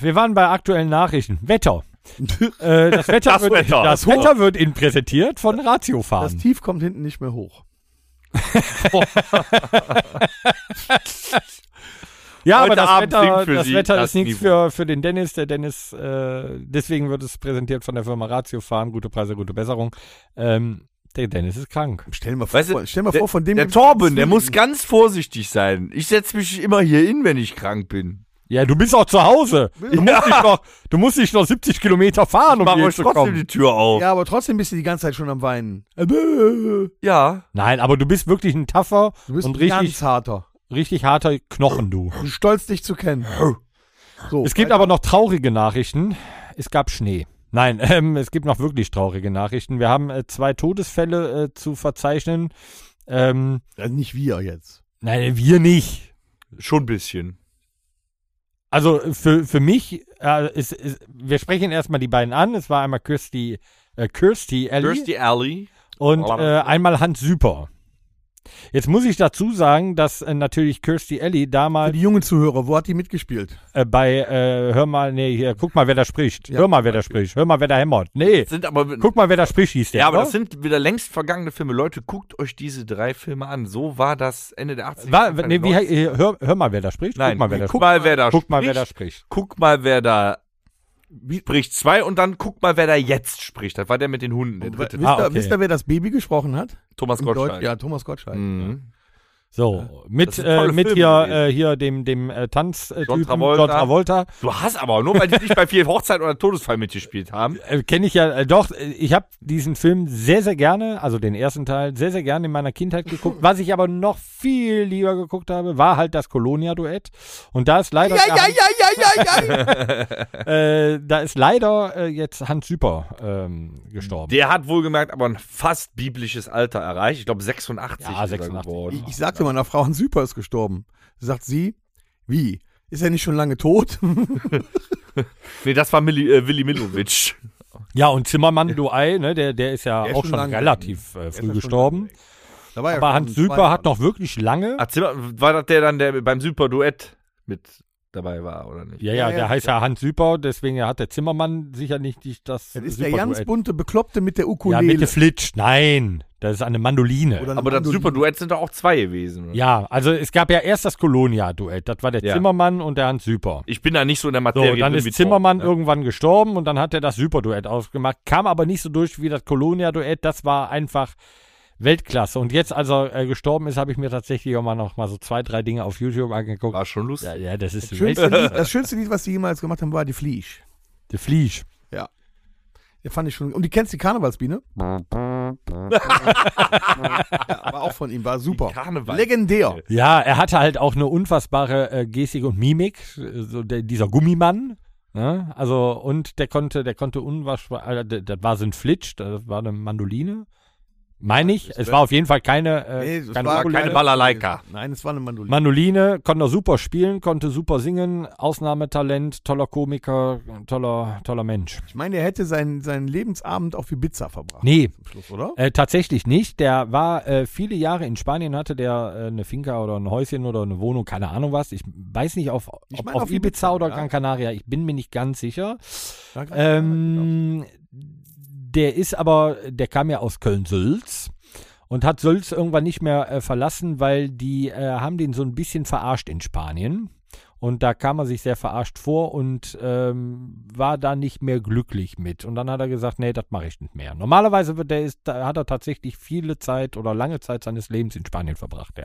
Speaker 2: Wir waren bei aktuellen Nachrichten.
Speaker 4: (laughs)
Speaker 2: Wetter. Äh, das Wetter,
Speaker 4: Das
Speaker 2: wird,
Speaker 4: Wetter.
Speaker 2: Das Wetter wird Ihnen präsentiert von
Speaker 3: Das
Speaker 2: Ratiofahren.
Speaker 3: Tief kommt hinten nicht mehr hoch.
Speaker 2: Ja, aber
Speaker 4: Heute
Speaker 2: das
Speaker 4: Abend
Speaker 2: Wetter,
Speaker 4: singt für
Speaker 2: das
Speaker 4: Sie
Speaker 2: Wetter
Speaker 4: das
Speaker 2: ist nichts
Speaker 4: Niveau.
Speaker 2: für, für den Dennis. Der Dennis, äh, deswegen wird es präsentiert von der Firma Ratiofahren. Gute Preise, gute Besserung. Ähm, der Dennis ist krank.
Speaker 3: Stell dir mal vor,
Speaker 4: Weißt du,
Speaker 3: stell dir mal
Speaker 4: der,
Speaker 3: vor von dem.
Speaker 4: der
Speaker 3: gibt's
Speaker 4: Torben, der muss
Speaker 3: Zwillinge.
Speaker 4: ganz vorsichtig sein. Ich setze mich immer hier hin, wenn ich krank bin.
Speaker 2: Ja, du bist auch zu Hause. Du, musst, dich noch, du musst dich noch 70 Kilometer fahren, um
Speaker 4: Mach
Speaker 2: hier
Speaker 4: euch
Speaker 2: zu
Speaker 4: trotzdem
Speaker 2: kommen.
Speaker 4: die Tür auf.
Speaker 3: Ja, aber trotzdem bist du die ganze Zeit schon am Weinen.
Speaker 4: Ja.
Speaker 2: Nein, aber du bist wirklich ein tougher
Speaker 3: Du bist
Speaker 2: und
Speaker 3: ein
Speaker 2: richtig,
Speaker 3: ganz harter.
Speaker 2: richtig harter Knochen, du.
Speaker 3: Und stolz, dich zu kennen. So,
Speaker 2: Es gibt aber noch traurige Nachrichten. Es gab Schnee. Nein, (laughs) ähm, es gibt noch wirklich traurige Nachrichten. Wir haben äh, zwei Todesfälle äh, zu verzeichnen. Ähm,
Speaker 3: Also nicht wir jetzt.
Speaker 2: nein, wir nicht.
Speaker 4: Schon ein bisschen.
Speaker 2: Also für, für mich, äh, ist, ist, wir sprechen erstmal die beiden an. Es war einmal Kirsty, äh, Kirsty Ellie
Speaker 4: Kirsty Alley.
Speaker 2: und äh, einmal Hans Süper. Jetzt muss ich dazu sagen, dass äh, natürlich Kirsty Ellie
Speaker 3: Für
Speaker 2: damals
Speaker 3: die jungen Zuhörer, wo hat die mitgespielt?
Speaker 2: äh, bei, äh, hör mal, nee, hier, guck mal, wer da spricht.
Speaker 3: Ja.
Speaker 2: hör mal, wer da spricht. Hör mal, wer da hämmert. Nee,
Speaker 4: Sind aber,
Speaker 2: guck mal, wer da spricht, hieß der.
Speaker 4: ja, aber
Speaker 2: oder?
Speaker 4: das sind wieder längst vergangene Filme. Leute, guckt euch diese drei Filme an. So war das Ende der 80er.
Speaker 2: War,
Speaker 4: Anfang
Speaker 2: nee, wie,
Speaker 4: der
Speaker 2: hei- äh, hör, hör mal, wer da spricht.
Speaker 4: 90er. Nein,
Speaker 2: guck mal, wer da
Speaker 4: guck
Speaker 2: spricht.
Speaker 4: mal,
Speaker 2: Guck mal, wer
Speaker 4: wer da
Speaker 2: da
Speaker 4: spricht.
Speaker 2: spricht.
Speaker 4: Guck mal, wer da spricht. Zwei und dann guck mal, wer da jetzt spricht. Das war der mit den Hunden, der
Speaker 3: Und we-
Speaker 4: dritte.
Speaker 3: Wisst,
Speaker 2: Ah,
Speaker 3: ihr,
Speaker 2: okay.
Speaker 3: wisst ihr, wer das Baby gesprochen hat?
Speaker 4: Thomas
Speaker 3: Im
Speaker 4: Gottschalk.
Speaker 3: Deutsch- Ja, Thomas Gottschalk.
Speaker 4: Mhm.
Speaker 2: So, mit,
Speaker 4: sind
Speaker 2: äh,
Speaker 4: tolle
Speaker 2: mit
Speaker 4: Filme
Speaker 2: hier,
Speaker 4: gewesen.
Speaker 2: äh, hier dem, dem äh, Tanztypen
Speaker 4: John Travolta.
Speaker 2: John Travolta.
Speaker 4: Du hast aber, nur weil die nicht bei viel Hochzeit oder Todesfall mitgespielt haben.
Speaker 2: Äh, Kenne ich ja, äh, doch, äh, ich habe diesen Film sehr, sehr gerne, also den ersten Teil, sehr, sehr gerne in meiner Kindheit geguckt. Was ich aber noch viel lieber geguckt habe, war halt das Colonia-Duett. Und da ist leider, der Hans-
Speaker 3: ja, ja, ja.
Speaker 2: (laughs) Äh, da ist leider äh, jetzt Hans Süper ähm, gestorben.
Speaker 4: Der hat wohlgemerkt aber ein fast biblisches Alter erreicht. Ich glaube 86.
Speaker 2: Ja,
Speaker 4: ist er
Speaker 2: 86.
Speaker 4: geworden.
Speaker 3: Ich, ich sagte meiner Frau, Hans Süper ist gestorben. Sagt sie, wie? Ist er nicht schon lange tot?
Speaker 4: Nee, das war Milli, äh, Willi (laughs) Milovic.
Speaker 2: ja, und Zimmermann, du Ei, ne, der, der ist ja
Speaker 3: Der ist
Speaker 2: auch
Speaker 3: schon
Speaker 2: schon
Speaker 3: lange-
Speaker 2: relativ äh,
Speaker 3: schon
Speaker 2: früh
Speaker 3: lange
Speaker 2: gestorben.
Speaker 3: Da war er
Speaker 2: Aber
Speaker 3: schon
Speaker 2: Hans
Speaker 3: zwei
Speaker 2: Süper hat
Speaker 3: Jahre.
Speaker 2: noch wirklich lange.
Speaker 4: Ach, Zimmer, war das der dann, der beim Super-Duett mit dabei war, oder nicht?
Speaker 2: Ja, ja,
Speaker 3: Ja,
Speaker 2: der
Speaker 3: ja,
Speaker 2: heißt ja Hans Süper, deswegen hat der Zimmermann sicher nicht die- das.
Speaker 3: Das ist der
Speaker 2: Süper-Duett.
Speaker 3: ganz bunte Bekloppte mit der
Speaker 2: Ja,
Speaker 3: Ukulele.
Speaker 2: mit der Flitsch. Nein, das ist eine Mandoline.
Speaker 3: Oder eine
Speaker 4: Aber das
Speaker 3: Mandoline.
Speaker 4: Super-Duett sind doch auch zwei gewesen. oder?
Speaker 2: ja, also es gab ja erst das Colonia-Duett. Das war der
Speaker 4: Ja.
Speaker 2: Zimmermann und der Hans Süper.
Speaker 4: Ich bin da nicht so in der
Speaker 2: So,
Speaker 4: Materie.
Speaker 2: dann
Speaker 4: drin
Speaker 2: ist
Speaker 4: wie ne?
Speaker 2: Zimmermann
Speaker 4: Thorsten,
Speaker 2: irgendwann gestorben und dann hat er das Super-Duett ausgemacht. Kam aber nicht so durch wie das Colonia-Duett. Das war einfach Weltklasse. Und jetzt, als er äh, gestorben ist, habe ich mir tatsächlich auch mal noch mal so zwei, drei Dinge auf YouTube
Speaker 4: ne?
Speaker 2: angeguckt.
Speaker 4: War schon lustig.
Speaker 2: Ja, ja, das ist
Speaker 3: Das schönste, Lied, das schönste Lied, was sie jemals gemacht haben, war die Fliesch.
Speaker 2: der Fliesch.
Speaker 3: Der fand ich schon. Und die kennst
Speaker 4: (laughs)
Speaker 3: die Karnevalsbiene? ja, war auch von ihm, war super.
Speaker 4: Die Karneval-
Speaker 3: Legendär.
Speaker 2: Ja, er hatte halt auch eine unfassbare äh, Gestik und Mimik, äh, so der, dieser Gummimann. Ne? Also äh, und der konnte, der konnte unwahrscheinlich, das war so ein Flitsch, das war eine Mandoline. Meine ich. Es war auf jeden Fall keine, äh,
Speaker 3: es
Speaker 2: keine,
Speaker 3: war
Speaker 2: Ukulele.
Speaker 4: keine Balalaika.
Speaker 3: Nein, es war eine Mandoline.
Speaker 2: Mandoline, konnte super spielen, konnte super singen, Ausnahmetalent, toller Komiker, toller, toller Mensch.
Speaker 3: ich meine, er hätte seinen, seinen Lebensabend auf Ibiza verbracht.
Speaker 2: Nee,
Speaker 3: Zum Schluss, oder?
Speaker 2: Äh, tatsächlich nicht. Der war äh, viele Jahre in Spanien, hatte der äh, eine Finca oder ein Häuschen oder eine Wohnung, keine Ahnung was. Ich weiß nicht, auf,
Speaker 3: Ich
Speaker 2: ob,
Speaker 3: meine
Speaker 2: auf
Speaker 3: auf
Speaker 2: Ibiza,
Speaker 3: Ibiza,
Speaker 2: oder
Speaker 3: ja.
Speaker 2: Gran Canaria. Ich bin mir nicht ganz sicher.
Speaker 3: Ja, ganz genau.
Speaker 2: Ähm, der ist aber, der kam ja aus Köln-Sülz und hat Sülz irgendwann nicht mehr äh, verlassen, weil die äh, haben den so ein bisschen verarscht in Spanien. Und da kam er sich sehr verarscht vor und ähm, war da nicht mehr glücklich mit. Und dann hat er gesagt, nee, das mache ich nicht mehr. Normalerweise wird der ist, da hat er tatsächlich viele Zeit oder lange Zeit seines Lebens in Spanien verbracht, ja.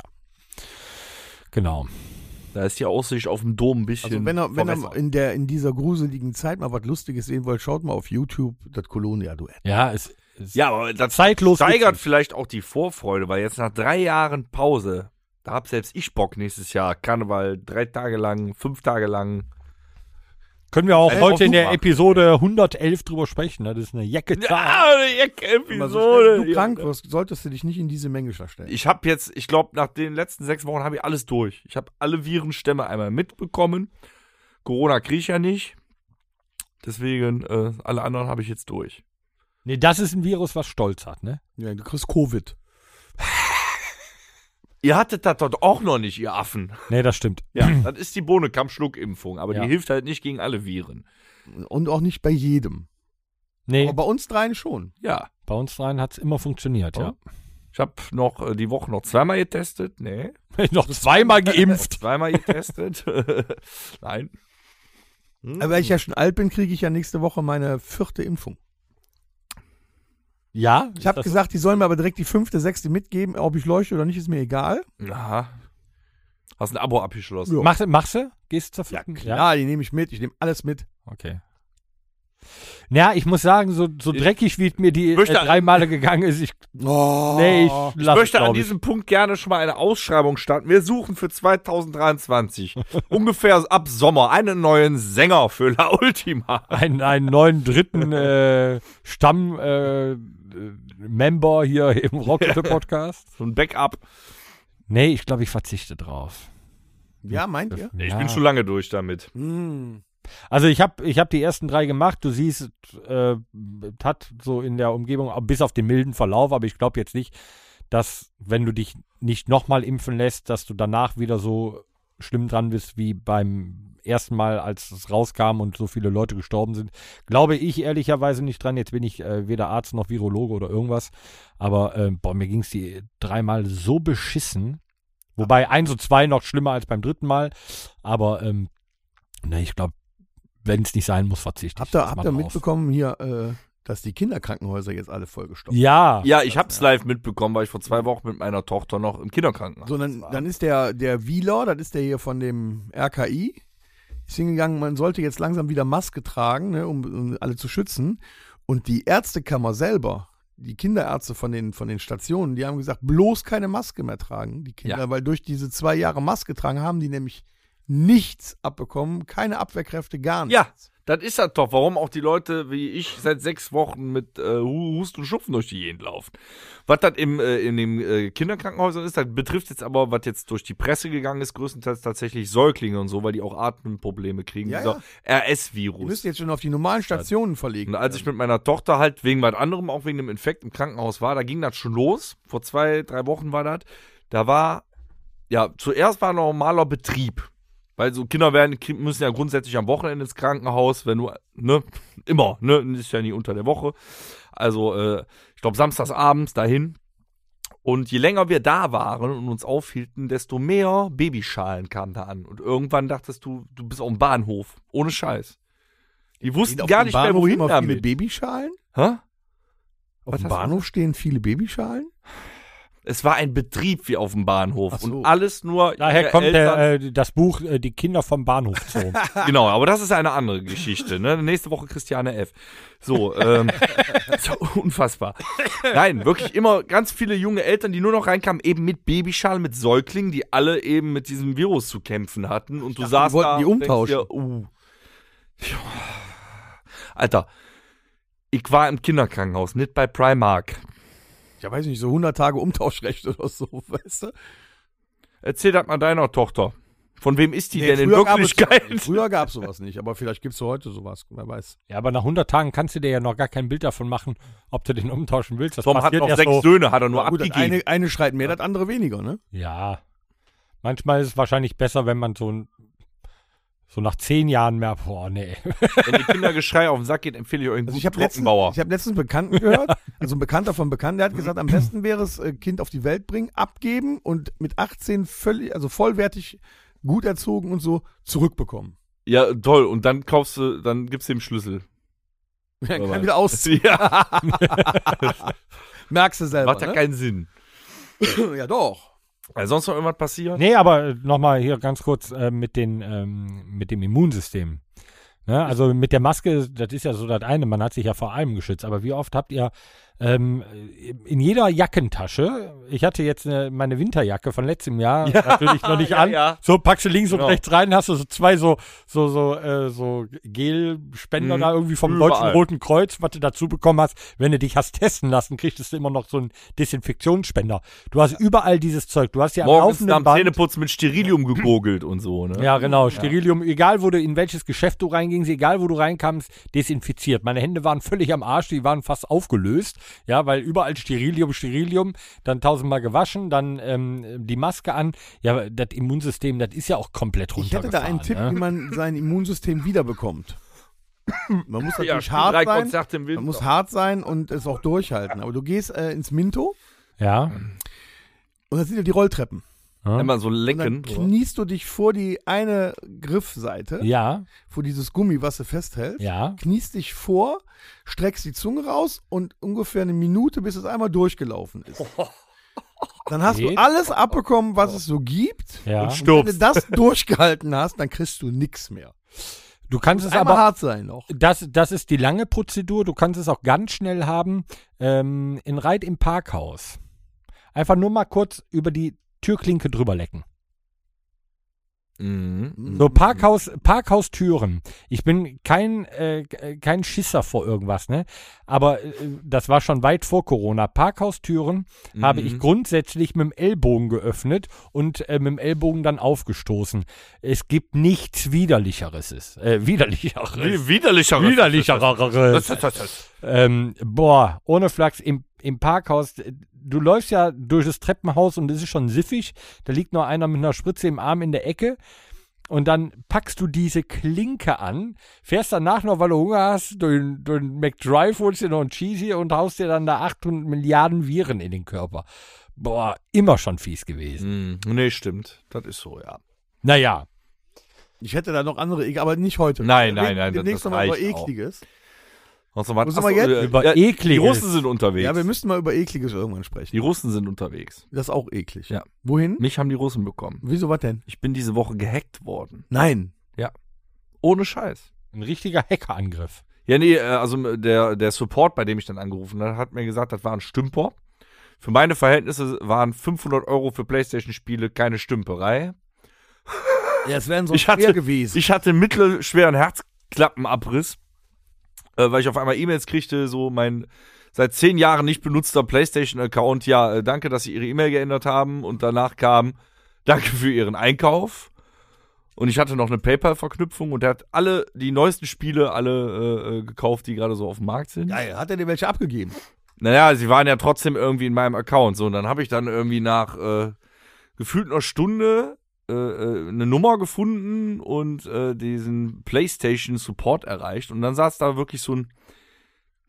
Speaker 2: Genau.
Speaker 4: Da ist die Aussicht auf dem Dom ein bisschen.
Speaker 3: Also wenn ihr, wenn ihr
Speaker 4: verbessert.
Speaker 3: in, der, in dieser gruseligen Zeit mal was Lustiges sehen wollt, schaut mal auf YouTube das Colonia-Duett.
Speaker 2: Ja, es, es
Speaker 4: ja, aber das
Speaker 2: zeitlos
Speaker 4: steigert
Speaker 2: witzig.
Speaker 4: vielleicht auch die Vorfreude, weil jetzt nach drei Jahren Pause, da hab selbst ich Bock nächstes Jahr. Karneval, drei Tage lang, fünf Tage lang.
Speaker 2: Können wir auch
Speaker 4: Äh, auf
Speaker 2: heute in der
Speaker 4: Suchmarkt.
Speaker 2: Episode 111 drüber sprechen. ne? Das ist eine Jacke. Zahl.
Speaker 4: eine Ah,
Speaker 3: Immer
Speaker 4: Episode.
Speaker 3: so schnell du
Speaker 4: Ja.
Speaker 3: krank wirst, solltest du dich nicht in diese Menge stellen.
Speaker 4: Ich habe jetzt, ich glaube, nach den letzten sechs Wochen habe ich alles durch. Ich habe alle Virenstämme einmal mitbekommen. Corona kriege ich ja nicht. Deswegen, äh, alle anderen habe ich jetzt durch.
Speaker 2: Nee, das ist ein Virus, was stolz hat, ne?
Speaker 3: Ja, du kriegst Covid.
Speaker 4: Ihr hattet das dort auch noch nicht, ihr Affen.
Speaker 2: Nee, das stimmt.
Speaker 4: Ja, (laughs) das ist die Bohnenkamm-Schluckimpfung, aber
Speaker 2: Ja.
Speaker 4: die hilft halt nicht gegen alle Viren.
Speaker 3: Und auch nicht bei jedem.
Speaker 2: Nee,
Speaker 3: Aber bei uns dreien schon.
Speaker 4: Ja,
Speaker 2: bei uns dreien hat es immer funktioniert, ja.
Speaker 4: ich habe noch äh, die Woche noch zweimal getestet. Nee,
Speaker 2: (laughs) Noch zweimal geimpft.
Speaker 4: zweimal getestet. (laughs) Nein. Hm?
Speaker 3: Aber weil ich ja schon alt bin, kriege ich ja nächste Woche meine vierte Impfung.
Speaker 2: Ja,
Speaker 3: Ich habe gesagt, die sollen mir aber direkt die fünfte, sechste mitgeben. Ob ich leuchte oder nicht, ist mir egal.
Speaker 4: Aha. Hast ein Abo abgeschlossen.
Speaker 3: Ja.
Speaker 2: Machst, machst du? Gehst zur Ficken?
Speaker 3: Hm. Ja, die nehme ich mit. Ich nehme alles mit.
Speaker 2: Okay. Ja, ich muss sagen, so, so
Speaker 4: Ich-
Speaker 2: dreckig, wie es mir die äh,
Speaker 4: Möchte-
Speaker 2: drei Male gegangen ist, ich,
Speaker 3: Oh.
Speaker 2: nee, ich
Speaker 4: Ich
Speaker 2: lasse
Speaker 4: möchte an diesem Punkt gerne schon mal eine Ausschreibung starten. Wir suchen für (laughs) 2023 ungefähr ab Sommer einen neuen Sänger für La Ultima.
Speaker 2: einen, einen neuen dritten äh, Stamm äh, äh, Member hier im Rock-Podcast.
Speaker 4: So ein Backup.
Speaker 2: Nee, ich glaube, ich verzichte drauf.
Speaker 3: Ja, meint ihr?
Speaker 4: Nee, ich
Speaker 2: Ja.
Speaker 4: bin schon lange durch damit.
Speaker 3: Hm.
Speaker 2: Also ich habe ich hab die ersten drei gemacht. Du siehst, äh, es hat so in der Umgebung, äh, bis auf den milden Verlauf, aber ich glaube jetzt nicht, dass wenn du dich nicht nochmal impfen lässt, dass du danach wieder so schlimm dran bist wie beim ersten Mal, als es rauskam und so viele Leute gestorben sind. Glaube ich ehrlicherweise nicht dran. Jetzt bin ich äh, weder Arzt noch Virologe oder irgendwas. Aber äh, boah, mir ging es die dreimal so beschissen. Wobei eins und zwei noch schlimmer als beim dritten Mal. Aber ähm, ne, ich glaube, wenn es nicht sein muss, verzichte ich.
Speaker 3: Habt ihr,
Speaker 2: jetzt mal
Speaker 3: habt ihr
Speaker 2: drauf.
Speaker 3: mitbekommen hier, äh, dass die Kinderkrankenhäuser jetzt alle vollgestopft
Speaker 2: Ja.
Speaker 4: Ja, ich hab's live mitbekommen, weil ich vor zwei Wochen mit meiner Tochter noch im Kinderkrankenhaus.
Speaker 3: So, dann, dann ist der, der Wieler, das ist der hier von dem RKI, ist hingegangen, man sollte jetzt langsam wieder Maske tragen, ne, um, um alle zu schützen. Und die Ärztekammer selber, die Kinderärzte von den, von den Stationen, die haben gesagt, bloß keine Maske mehr tragen, die Kinder, weil durch diese zwei Jahre Maske tragen haben die nämlich nichts abbekommen, keine Abwehrkräfte, gar nichts.
Speaker 4: Ja, das ist ja doch, warum auch die Leute wie ich seit sechs Wochen mit äh, Hu- Husten und Schnupfen durch die Gegend laufen. Was das im, äh, in den äh, Kinderkrankenhäusern ist, das betrifft jetzt aber, was jetzt durch die Presse gegangen ist, größtenteils tatsächlich Säuglinge und so, weil die auch Atemprobleme kriegen,
Speaker 3: Ja,
Speaker 4: dieser
Speaker 3: Die
Speaker 4: RS-Virus.
Speaker 3: müssen jetzt schon auf die normalen Stationen verlegen.
Speaker 4: Und als ich mit meiner Tochter halt wegen was anderem, auch wegen dem Infekt im Krankenhaus war, da ging das schon los. Vor zwei, drei Wochen war das. Da war, ja, zuerst war normaler Betrieb. Weil so Kinder werden, Ki- müssen ja grundsätzlich am Wochenende ins Krankenhaus, wenn du, ne, immer, ne, ist ja nie unter der Woche. Also, äh, ich glaube, samstags abends dahin. Und je länger wir da waren und uns aufhielten, desto mehr Babyschalen kamen da an. Und irgendwann dachtest du, du bist auf dem Bahnhof. Ohne Scheiß. Die wussten
Speaker 3: Auf
Speaker 4: gar
Speaker 3: dem
Speaker 4: nicht mehr,
Speaker 3: Bahnhof
Speaker 4: wohin
Speaker 3: immer
Speaker 4: damit.
Speaker 3: viele Babyschalen?
Speaker 4: Hä?
Speaker 3: Auf
Speaker 4: Was hast
Speaker 3: dem
Speaker 4: du
Speaker 3: Bahnhof stehen viele Babyschalen?
Speaker 4: Es war ein Betrieb wie auf dem Bahnhof
Speaker 3: Ach so.
Speaker 4: und alles nur.
Speaker 2: Daher
Speaker 4: ihre
Speaker 2: kommt der,
Speaker 4: Eltern-
Speaker 2: äh, das Buch äh, Die Kinder vom Bahnhof Zoo.
Speaker 4: (laughs) Genau, aber das ist eine andere Geschichte. Ne? Nächste Woche Christiane F. So,
Speaker 3: (laughs)
Speaker 4: ähm, so unfassbar. Nein, wirklich immer ganz viele junge Eltern, die nur noch reinkamen, eben mit Babyschalen, mit Säuglingen, die alle eben mit diesem Virus zu kämpfen hatten. Und du saßt
Speaker 3: dachte, die wollten
Speaker 4: da
Speaker 3: die
Speaker 4: und denkst
Speaker 3: umtauschen.
Speaker 4: Dir, oh, uh, Pio. Alter, ich war im Kinderkrankenhaus, nicht bei Primark.
Speaker 3: ja, weiß nicht, so 100 Tage Umtauschrecht (laughs) oder so, weißt du?
Speaker 4: Erzähl das mal deiner Tochter. Von wem ist die
Speaker 3: Nee,
Speaker 4: denn in
Speaker 3: früher gab es-
Speaker 4: Wirklichkeit?
Speaker 3: (laughs) Früher gab es sowas nicht, aber vielleicht gibt es heute sowas, wer weiß.
Speaker 2: Ja, aber nach 100 Tagen kannst du dir ja noch gar kein Bild davon machen, ob du den umtauschen willst. Das
Speaker 4: Tom hat
Speaker 2: passiert
Speaker 4: noch
Speaker 2: erst
Speaker 4: sechs
Speaker 2: so.
Speaker 4: Söhne, hat er nur
Speaker 3: Gut, das
Speaker 4: abgegeben.
Speaker 3: eine, eine schreit mehr, das andere weniger, ne?
Speaker 2: Ja. Manchmal ist es wahrscheinlich besser, wenn man so ein, so nach zehn Jahren mehr, boah, nee.
Speaker 4: Wenn die Kindergeschrei auf den Sack geht, empfehle ich euch einen
Speaker 3: Also ich
Speaker 4: guten
Speaker 3: habe letztens,
Speaker 4: Trockenbauer. Mhm.
Speaker 3: ich hab letztens
Speaker 4: (laughs)
Speaker 3: einen Bekannten gehört, also ein Bekannter von Bekannten, der hat gesagt, am besten wäre es, äh, Kind auf die Welt bringen, abgeben und mit 18 völlig, also vollwertig, gut erzogen und so, zurückbekommen. (laughs)
Speaker 4: Ja, toll. Und dann kaufst du, dann gibst du ihm Schlüssel.
Speaker 3: Dann
Speaker 4: Wer
Speaker 3: kann
Speaker 4: weiß.
Speaker 3: wieder ausziehen.
Speaker 4: Ja,
Speaker 3: (laughs) Merkst du selber.
Speaker 4: macht ja
Speaker 3: ne?
Speaker 4: keinen Sinn.
Speaker 3: ja, doch.
Speaker 4: Äh, sonst noch irgendwas passiert?
Speaker 2: Nee, aber äh, nochmal hier ganz kurz äh, mit, den, ähm, mit dem Immunsystem. Ne? Also mit der Maske, das ist ja so das eine, man hat sich ja vor allem geschützt. Aber wie oft habt ihr ähm, in jeder Jackentasche, ich hatte jetzt äh, meine Winterjacke von letztem Jahr natürlich noch nicht
Speaker 4: (laughs) ja,
Speaker 2: an,
Speaker 4: ja.
Speaker 2: so packst du links
Speaker 4: Genau.
Speaker 2: und rechts rein, hast du so zwei so, so, so, äh, so Gelspender
Speaker 4: Mhm.
Speaker 2: da irgendwie vom
Speaker 4: Überall.
Speaker 2: Deutschen Roten Kreuz, was du dazu bekommen hast. Wenn du dich hast testen lassen, kriegst du immer noch so einen Desinfektionsspender. Du hast überall dieses Zeug. Du hast ja am
Speaker 4: Morgens nach
Speaker 2: laufenden
Speaker 4: dem
Speaker 2: Band
Speaker 4: Zähneputzen mit Sterilium gegurgelt und so, ne?
Speaker 2: ja, genau. Sterilium, egal wo du, in welches Geschäft du reingingst, egal wo du reinkamst, desinfiziert. Meine Hände waren völlig am Arsch, die waren fast aufgelöst. Ja, weil überall Sterilium, Sterilium, dann tausendmal gewaschen, dann ähm, die Maske an. Ja, das Immunsystem, das ist ja auch komplett
Speaker 3: Ich hätte da
Speaker 2: runtergefahren.
Speaker 3: einen Tipp,
Speaker 2: ne?
Speaker 3: wie man sein Immunsystem wiederbekommt. Man muss
Speaker 4: Ja,
Speaker 3: natürlich
Speaker 4: spiel drei
Speaker 3: hart sein.
Speaker 4: Konzerte im
Speaker 3: Man muss
Speaker 4: Winter.
Speaker 3: hart sein und es auch durchhalten. Aber du gehst äh, ins Minto
Speaker 2: Ja.
Speaker 3: und da sind ja die Rolltreppen.
Speaker 4: Immer so
Speaker 3: Und dann
Speaker 4: lecken.
Speaker 3: kniest du dich vor die eine Griffseite,
Speaker 2: Genau. Ja,
Speaker 3: vor dieses Gummi, was du festhältst,
Speaker 2: ja.
Speaker 3: kniest dich vor, streckst die Zunge raus und ungefähr eine Minute, bis es einmal
Speaker 2: (laughs)
Speaker 3: durchgelaufen ist. Dann hast du
Speaker 2: Geht.
Speaker 3: alles abbekommen, was es so gibt.
Speaker 2: Ja.
Speaker 3: Und wenn du das durchgehalten hast, dann kriegst du nichts mehr.
Speaker 2: Du kannst
Speaker 3: Muss
Speaker 2: es
Speaker 3: einmal
Speaker 2: aber
Speaker 3: hart sein noch.
Speaker 2: Das, das ist die lange Prozedur. Du kannst es auch ganz schnell haben. Ähm, in Reit im Parkhaus. Einfach nur mal kurz über die Türklinke drüber lecken.
Speaker 4: Mhm.
Speaker 2: So Parkhaus, Parkhaustüren. Ich bin kein äh, äh, kein Schisser vor irgendwas, ne? Aber äh, das war schon weit vor Corona. Parkhaustüren
Speaker 3: Mhm.
Speaker 2: habe
Speaker 4: Mhm.
Speaker 2: ich grundsätzlich mit dem Ellbogen geöffnet und äh, mit dem Ellbogen dann aufgestoßen. Es gibt nichts widerlicheres, ist, äh, widerlicheres,
Speaker 4: Widerlicher.
Speaker 2: widerlicheres. Ähm, boah, ohne Flachs im, im Parkhaus. Du läufst ja durch das Treppenhaus und es ist schon siffig. Da liegt nur einer mit einer Spritze im Arm in der Ecke. Und dann packst du diese Klinke an, fährst danach noch, weil du Hunger hast, durch durch den McDrive holst dir noch einen Cheesy und haust dir dann da 800 Milliarden Viren in den Körper. Boah, immer schon fies gewesen.
Speaker 4: Mhm. Nee, stimmt. Das ist so, ja.
Speaker 2: Naja,
Speaker 3: Ich hätte da noch andere, Ek- aber nicht heute.
Speaker 4: Nein, nein,
Speaker 3: Dem-
Speaker 4: nein, das-
Speaker 3: Demnächst
Speaker 4: das
Speaker 3: nochmal über
Speaker 4: reicht auch.
Speaker 3: Ekliges.
Speaker 4: Sonst noch was?
Speaker 3: Wo sind wir
Speaker 4: Achso,
Speaker 3: jetzt?
Speaker 4: äh,
Speaker 2: Über
Speaker 4: ja, Die
Speaker 2: Ekliges.
Speaker 4: Russen sind unterwegs.
Speaker 3: Ja, wir müssen mal über Ekliges irgendwann sprechen.
Speaker 4: die Russen sind unterwegs.
Speaker 3: Das ist auch eklig.
Speaker 4: Ja.
Speaker 3: Wohin?
Speaker 4: Mich haben die Russen bekommen.
Speaker 3: Wieso was denn?
Speaker 4: Ich bin diese Woche gehackt worden.
Speaker 3: Nein.
Speaker 4: Ohne Scheiß.
Speaker 2: ein richtiger Hackerangriff.
Speaker 4: Ja, nee, äh, also der, der Support, bei dem ich dann angerufen habe, hat mir gesagt, das war ein Stümper. Für meine Verhältnisse waren 500 Euro für Playstation-Spiele keine Stümperei.
Speaker 3: Ja, es wären so
Speaker 4: Ich hatte-
Speaker 3: schwer gewesen.
Speaker 4: Ich hatte mittelschweren Herzklappenabriss, äh, weil ich auf einmal E-Mails kriegte, so mein seit zehn Jahren nicht benutzter PlayStation-Account. Ja, äh, danke, dass Sie Ihre E-Mail geändert haben. Und danach kam, (laughs) danke für Ihren Einkauf. Und ich hatte noch eine PayPal-Verknüpfung und er hat alle die neuesten Spiele alle äh, äh, gekauft, die gerade so auf dem Markt sind.
Speaker 3: Geil, hat er dir welche abgegeben?
Speaker 4: Naja, sie waren ja trotzdem irgendwie in meinem Account. So, und dann habe ich dann irgendwie nach äh, gefühlt einer Stunde äh, äh, eine Nummer gefunden und äh, diesen PlayStation Support erreicht. Und dann saß da wirklich so ein.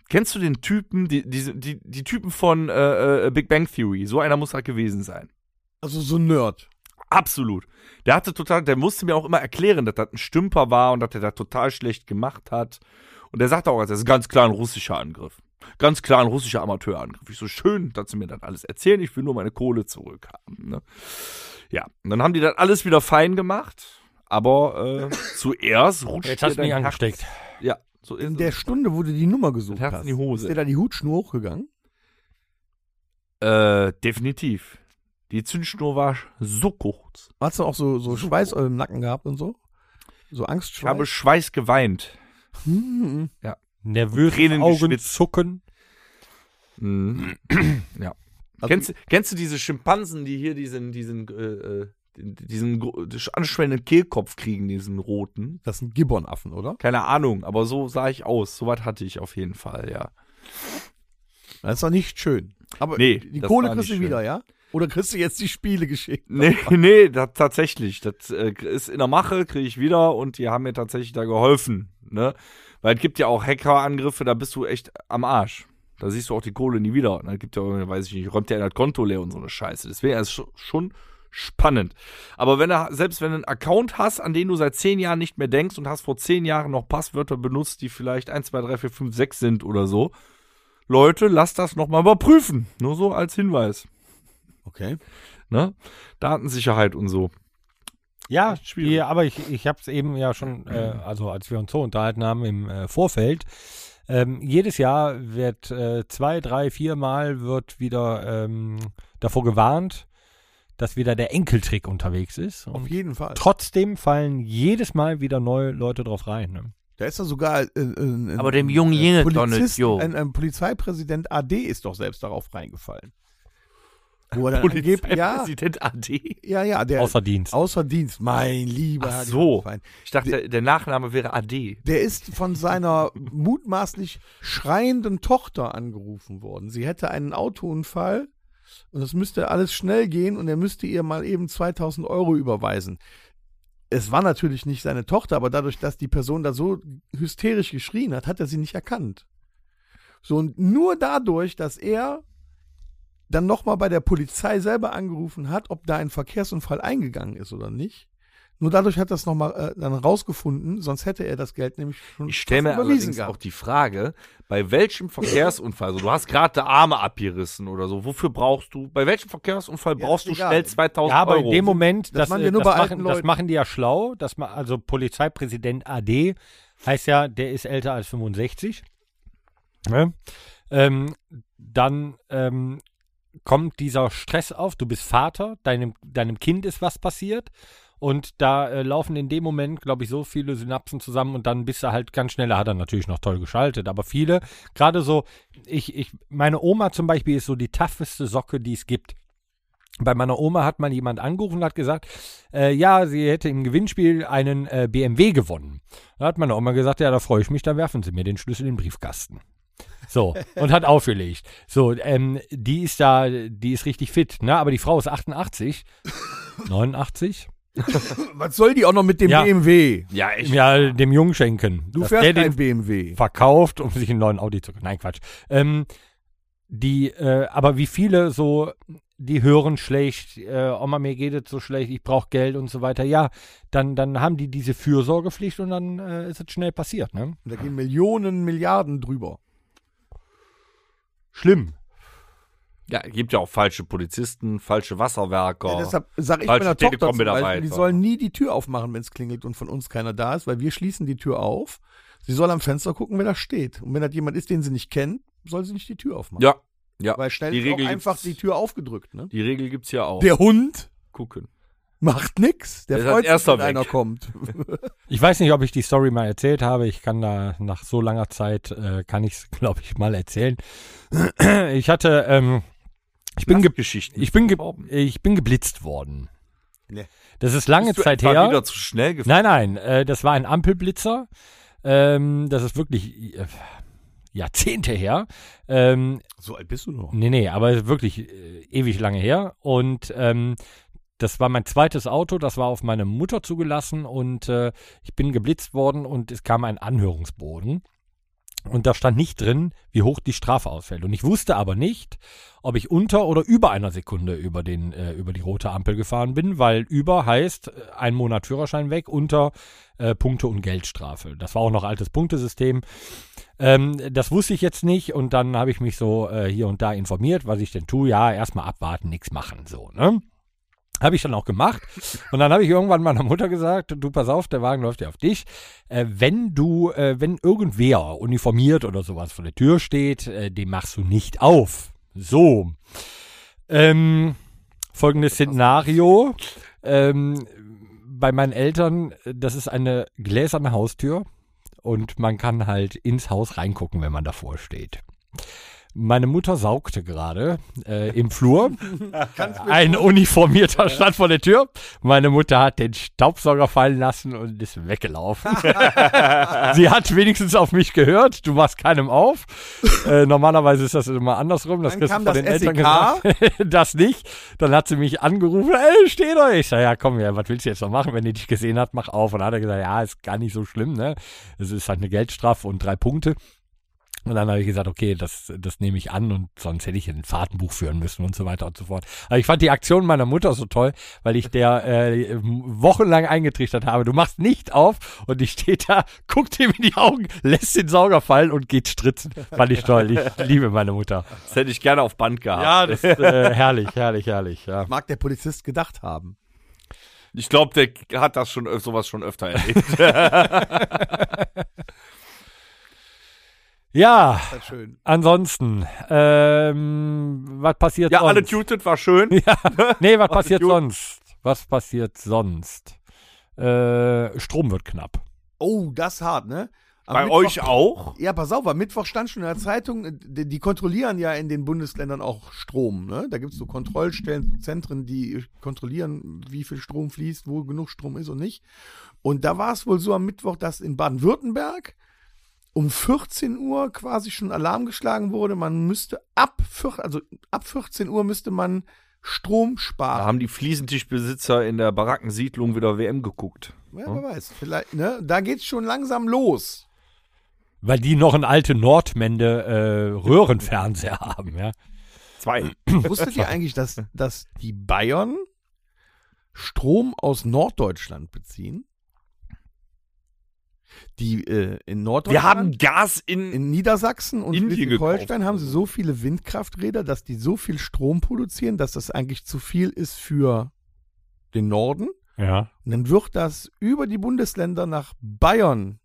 Speaker 4: Kennst du den Typen, die, diese- die, die Typen von äh, äh, Big Bang Theory? So einer muss das gewesen sein.
Speaker 3: Also so ein Nerd.
Speaker 4: Absolut. Der hatte total, der musste mir auch immer erklären, dass das ein Stümper war und dass er da total schlecht gemacht hat. Und der sagte auch, das ist ganz klar ein russischer Angriff. Ganz klar ein russischer Amateurangriff. Ich so schön, dass sie mir das alles erzählen. Ich will nur meine Kohle zurückhaben. Ne? Ja, und dann haben die das alles wieder fein gemacht.
Speaker 2: (coughs)
Speaker 4: Aber äh, zuerst rutscht
Speaker 2: Jetzt hast du
Speaker 4: dir
Speaker 2: mich
Speaker 4: dein
Speaker 2: angesteckt.
Speaker 4: Herz. Ja, so ist
Speaker 3: In
Speaker 4: es.
Speaker 3: der Stunde, wo du die Nummer
Speaker 4: Das
Speaker 3: gesucht
Speaker 4: Herz
Speaker 3: hast,
Speaker 4: in die
Speaker 3: ist dir
Speaker 4: Hutschnur.
Speaker 3: da die Hutschnur hochgegangen?
Speaker 4: Äh, definitiv. Die Zündschnur war so kurz.
Speaker 3: Hast du auch so, so Schweiß im Nacken gehabt und so?
Speaker 4: Ich
Speaker 3: So
Speaker 4: habe
Speaker 3: Angstschweiß?
Speaker 4: Schweiß geweint.
Speaker 3: Hm, hm, hm.
Speaker 2: Nervös,
Speaker 4: Tränen
Speaker 2: Augen
Speaker 4: geschwitzt.
Speaker 2: zucken.
Speaker 4: Mhm. ja.
Speaker 3: Also-
Speaker 4: kennst, du- kennst du diese Schimpansen, die hier diesen, diesen, äh, äh, diesen gro- anschwellenden Kehlkopf kriegen, diesen roten?
Speaker 3: Das sind Gibbonaffen, oder?
Speaker 4: Keine Ahnung, aber so sah ich aus. So was hatte ich auf jeden Fall, ja.
Speaker 3: Das ist doch nicht schön. Aber
Speaker 4: Nee,
Speaker 3: die
Speaker 4: das
Speaker 3: Kohle
Speaker 4: war
Speaker 3: kriegst du
Speaker 4: nicht
Speaker 3: wieder, ja? Oder kriegst du jetzt die Spiele geschickt?
Speaker 4: Nee, nee, da, tatsächlich. Das äh, ist in der Mache, kriege ich wieder und die haben mir tatsächlich da geholfen. Ne? Weil es gibt ja auch Hackerangriffe, da bist du echt am Arsch. Da siehst du auch die Kohle nie wieder. Und dann gibt ja, weiß ich nicht, räumt der in das Konto leer und so eine Scheiße. Deswegen ist es sch- schon spannend. Aber wenn du, selbst wenn du einen Account hast, an den du seit zehn Jahren nicht mehr denkst und hast vor zehn Jahren noch Passwörter benutzt, die vielleicht 1, 2, 3, 4, 5, 6 sind oder so, Leute, lasst das nochmal überprüfen. Nur so als Hinweis.
Speaker 3: Okay.
Speaker 4: Ne? Datensicherheit und so.
Speaker 2: Ja,
Speaker 4: Echt schwierig. Mhm.
Speaker 2: die- aber ich, ich habe es eben ja schon, äh, also als wir uns so unterhalten haben im äh, Vorfeld, ähm, jedes Jahr wird äh, zwei, drei, viermal wird wieder ähm, davor gewarnt, dass wieder der Enkeltrick unterwegs ist.
Speaker 3: Auf
Speaker 2: Und
Speaker 3: jeden Fall.
Speaker 2: trotzdem fallen jedes Mal wieder neue Leute drauf rein. Ne?
Speaker 3: Da ist ja sogar äh, ein, ein,
Speaker 5: Aber dem jungen Jingle Donald,
Speaker 3: Polizist,
Speaker 4: (laughs)
Speaker 5: jo.
Speaker 3: ein, ein Polizeipräsident AD ist doch selbst darauf reingefallen. Wo er dann angeblich- ja,
Speaker 4: Polizeipräsident AD.
Speaker 3: ja, ja, der
Speaker 2: Außer Dienst.
Speaker 3: außer Dienst, mein lieber
Speaker 4: Ach
Speaker 3: Herr
Speaker 4: so.
Speaker 3: Gefallen.
Speaker 4: Ich dachte, der- der Nachname wäre AD.
Speaker 3: Der ist von seiner mutmaßlich schreienden Tochter angerufen worden. Sie hätte einen Autounfall und es müsste alles schnell gehen und er müsste ihr mal eben 2000 Euro überweisen. Es war natürlich nicht seine Tochter, aber dadurch, dass die Person da so hysterisch geschrien hat, hat er sie nicht erkannt. So und nur dadurch, dass er dann nochmal bei der Polizei selber angerufen hat, ob da ein Verkehrsunfall eingegangen ist oder nicht, nur dadurch hat er es nochmal äh, dann rausgefunden, sonst hätte er das Geld nämlich schon
Speaker 4: Ich stelle mir
Speaker 3: fast
Speaker 4: allerdings auch
Speaker 3: gehabt.
Speaker 4: die Frage, bei welchem Verkehrsunfall, also du hast gerade die Arme abgerissen oder so, wofür brauchst du, bei welchem Verkehrsunfall
Speaker 3: Ja,
Speaker 4: brauchst
Speaker 3: ist
Speaker 4: du
Speaker 3: egal.
Speaker 4: schnell 2000
Speaker 2: Ja, aber
Speaker 4: Euro?
Speaker 2: in dem Moment,
Speaker 3: Das
Speaker 2: das,
Speaker 3: machen
Speaker 2: machen,
Speaker 3: wir nur
Speaker 2: das,
Speaker 3: bei alten
Speaker 2: machen, das
Speaker 3: Leuten.
Speaker 2: machen die ja schlau. Das ma also Polizeipräsident AD heißt ja, der ist älter als 65. Ne? Ähm, dann ähm, kommt dieser Stress auf. Du bist Vater, deinem, deinem Kind ist was passiert. Und da äh, laufen in dem Moment, glaube ich, so viele Synapsen zusammen und dann bist du halt ganz schnell, da hat er natürlich noch toll geschaltet, aber viele, gerade so, ich, ich, meine Oma zum Beispiel ist so die tougheste Socke, die es gibt. Bei meiner Oma hat mal jemand angerufen und hat gesagt, äh, ja, sie hätte im Gewinnspiel einen äh, BMW gewonnen. Da hat meine Oma gesagt, ja, da freue ich mich, dann werfen Sie mir den Schlüssel in den Briefkasten.
Speaker 3: (laughs)
Speaker 2: So, und hat aufgelegt. So, ähm, die ist da, die ist richtig fit, ne? Aber die Frau ist
Speaker 3: (laughs)
Speaker 2: 88, 89,
Speaker 3: Was soll die auch noch mit dem
Speaker 2: Ja.
Speaker 3: BMW?
Speaker 4: ja, ich,
Speaker 2: ja, dem Jungen schenken.
Speaker 3: Du
Speaker 2: Dass der
Speaker 3: fährst
Speaker 2: den
Speaker 3: ein BMW.
Speaker 2: verkauft, um sich einen neuen Audi zu kaufen. Nein, Quatsch. Ähm, die, äh, aber wie viele so, die hören schlecht, äh, Oma, mir geht es so schlecht, ich brauche Geld und so weiter. Ja, dann, dann haben die diese Fürsorgepflicht und dann äh, ist es schnell passiert. Ne?
Speaker 3: Und da gehen Millionen, Milliarden drüber.
Speaker 2: Schlimm.
Speaker 4: ja, gibt ja auch falsche Polizisten, falsche Wasserwerker.
Speaker 3: Ja, deshalb sage ich
Speaker 4: Falsche
Speaker 3: meiner Tochter zum
Speaker 4: Telekom-Mitarbeiter.
Speaker 3: Beispiel, die soll nie die Tür aufmachen, wenn es klingelt und von uns keiner da ist, weil wir schließen die Tür auf. Sie soll am Fenster gucken, wer da steht. Und wenn das jemand ist, den sie nicht kennt, soll sie nicht die Tür aufmachen.
Speaker 4: ja, ja.
Speaker 3: Weil schnell
Speaker 4: die
Speaker 3: ist auch
Speaker 4: Regel
Speaker 3: einfach
Speaker 4: gibt's-
Speaker 3: die Tür aufgedrückt. Ne?
Speaker 4: Die Regel gibt's ja auch.
Speaker 3: Der Hund
Speaker 4: Gucken.
Speaker 3: macht nix. Der
Speaker 4: Der ist als
Speaker 3: freut sich,
Speaker 4: erster
Speaker 3: wenn einer
Speaker 4: weg. (laughs)
Speaker 3: kommt.
Speaker 2: Ich weiß nicht, ob ich die Story mal erzählt habe. Ich kann da nach so langer Zeit, äh, kann ich (laughs) es, glaube ich, mal erzählen. (clears throat) Ich hatte, ähm, ich bin, ge
Speaker 4: Geschichten.
Speaker 2: ich, bin ge ich bin geblitzt worden.
Speaker 3: Nee.
Speaker 2: Das ist lange
Speaker 4: Bist du
Speaker 2: Zeit
Speaker 4: etwa
Speaker 2: her.
Speaker 4: wieder zu schnell gefahren.
Speaker 2: Nein, nein, äh, das war ein Ampelblitzer. Ähm, das ist wirklich äh, Jahrzehnte her. Ähm,
Speaker 3: So alt bist du noch.
Speaker 2: nee, nee, aber es ist wirklich äh, ewig lange her. Und ähm, das war mein zweites Auto, das war auf meine Mutter zugelassen und äh, ich bin geblitzt worden und es kam ein Anhörungsboden. Und da stand nicht drin, wie hoch die Strafe ausfällt. Und ich wusste aber nicht, ob ich unter oder über einer Sekunde über, den, äh, über die rote Ampel gefahren bin, weil über heißt äh, ein Monat Führerschein weg, unter äh, Punkte und Geldstrafe. Das war auch noch altes Punktesystem. Ähm, das wusste ich jetzt nicht und dann habe ich mich so äh, hier und da informiert, was ich denn tue. Ja, erstmal abwarten, nichts machen, so, ne? Habe ich dann auch gemacht. Und dann habe ich irgendwann meiner Mutter gesagt, du pass auf, der Wagen läuft ja auf dich. Äh, wenn du, äh, wenn irgendwer uniformiert oder sowas vor der Tür steht, äh, den machst du nicht auf. So. Ähm, folgendes Szenario. Ähm, bei meinen Eltern, äh, das ist eine gläserne Haustür und man kann halt ins Haus reingucken, wenn man davor steht. Meine Mutter saugte gerade äh, im
Speaker 3: (laughs)
Speaker 2: Flur. Ein uniformierter stand vor der Tür. Meine Mutter hat den Staubsauger fallen lassen und ist
Speaker 3: (laughs)
Speaker 2: weggelaufen. Sie hat wenigstens auf mich gehört. Du machst keinem auf. Äh, normalerweise ist das immer andersrum. Das
Speaker 3: Dann
Speaker 2: kriegst du
Speaker 3: kam
Speaker 2: von
Speaker 3: das E
Speaker 2: den Eltern
Speaker 3: SEK.
Speaker 2: gesagt. (laughs) das nicht. Dann hat sie mich angerufen. Ey, steh doch. Ich sag, ja, komm, ja, was willst du jetzt noch machen? Wenn die dich gesehen hat, mach auf. Und dann hat er gesagt, ja, ist gar nicht so schlimm. Ne? Es ist halt eine Geldstrafe und drei Punkte. Und dann habe ich gesagt, okay, das, das nehme ich an und sonst hätte ich ein Fahrtenbuch führen müssen und so weiter und so fort. Aber ich fand die Aktion meiner Mutter so toll, weil ich der äh, wochenlang eingetrichtert habe, du machst nicht auf und ich stehe da, guckt ihm in die Augen, lässt den Sauger fallen und geht stritzen. Fand ich toll, ich liebe meine Mutter.
Speaker 4: Das hätte ich gerne auf Band gehabt.
Speaker 2: das ist äh, herrlich, herrlich, herrlich. Ja.
Speaker 3: Mag der Polizist gedacht haben.
Speaker 4: Ich glaube, der hat das schon öf- sowas schon öfter erlebt.
Speaker 2: ja,
Speaker 3: Das ist schön.
Speaker 2: ansonsten, ähm, was passiert
Speaker 4: ja,
Speaker 2: sonst?
Speaker 4: alle tutet war schön.
Speaker 2: Nee, was passiert
Speaker 4: gut.
Speaker 2: sonst? Was passiert sonst? Äh, Strom wird knapp.
Speaker 3: Oh, das ist hart, ne? Am
Speaker 4: Bei
Speaker 3: Mittwoch-
Speaker 4: euch auch.
Speaker 3: Ja, pass auf, am Mittwoch stand schon in der Zeitung, äh, die, die kontrollieren ja in den Bundesländern auch Strom. Ne? Da gibt's so Kontrollstellen, so Zentren, die äh, kontrollieren, wie viel Strom fließt, wo genug Strom ist und nicht. Und da war es wohl so am Mittwoch, dass in Baden-Württemberg um 14 Uhr quasi schon Alarm geschlagen wurde. Man müsste ab, vier- also ab 14 Uhr müsste man Strom
Speaker 4: Da
Speaker 3: sparen.
Speaker 4: haben die Fliesentischbesitzer in der Barackensiedlung wieder WM geguckt.
Speaker 3: Ja, wer weiß, vielleicht, ne? Da geht's schon langsam los.
Speaker 2: Weil die noch einen alten Nordmende äh, Röhrenfernseher (laughs) haben, ja.
Speaker 4: Zwei.
Speaker 3: Wusstet ihr eigentlich, dass, dass die Bayern Strom aus Norddeutschland beziehen? Die äh,
Speaker 4: (clears throat)
Speaker 3: in
Speaker 4: Wir haben
Speaker 3: Norddeutschland,
Speaker 4: Gas in,
Speaker 3: in Niedersachsen und
Speaker 4: Indien
Speaker 3: Schleswig-Holstein
Speaker 4: gekauft.
Speaker 3: haben sie so viele Windkrafträder, dass die so viel Strom produzieren, dass das eigentlich zu viel ist für den Norden.
Speaker 2: Ja.
Speaker 3: Und dann wird das über die Bundesländer nach Bayern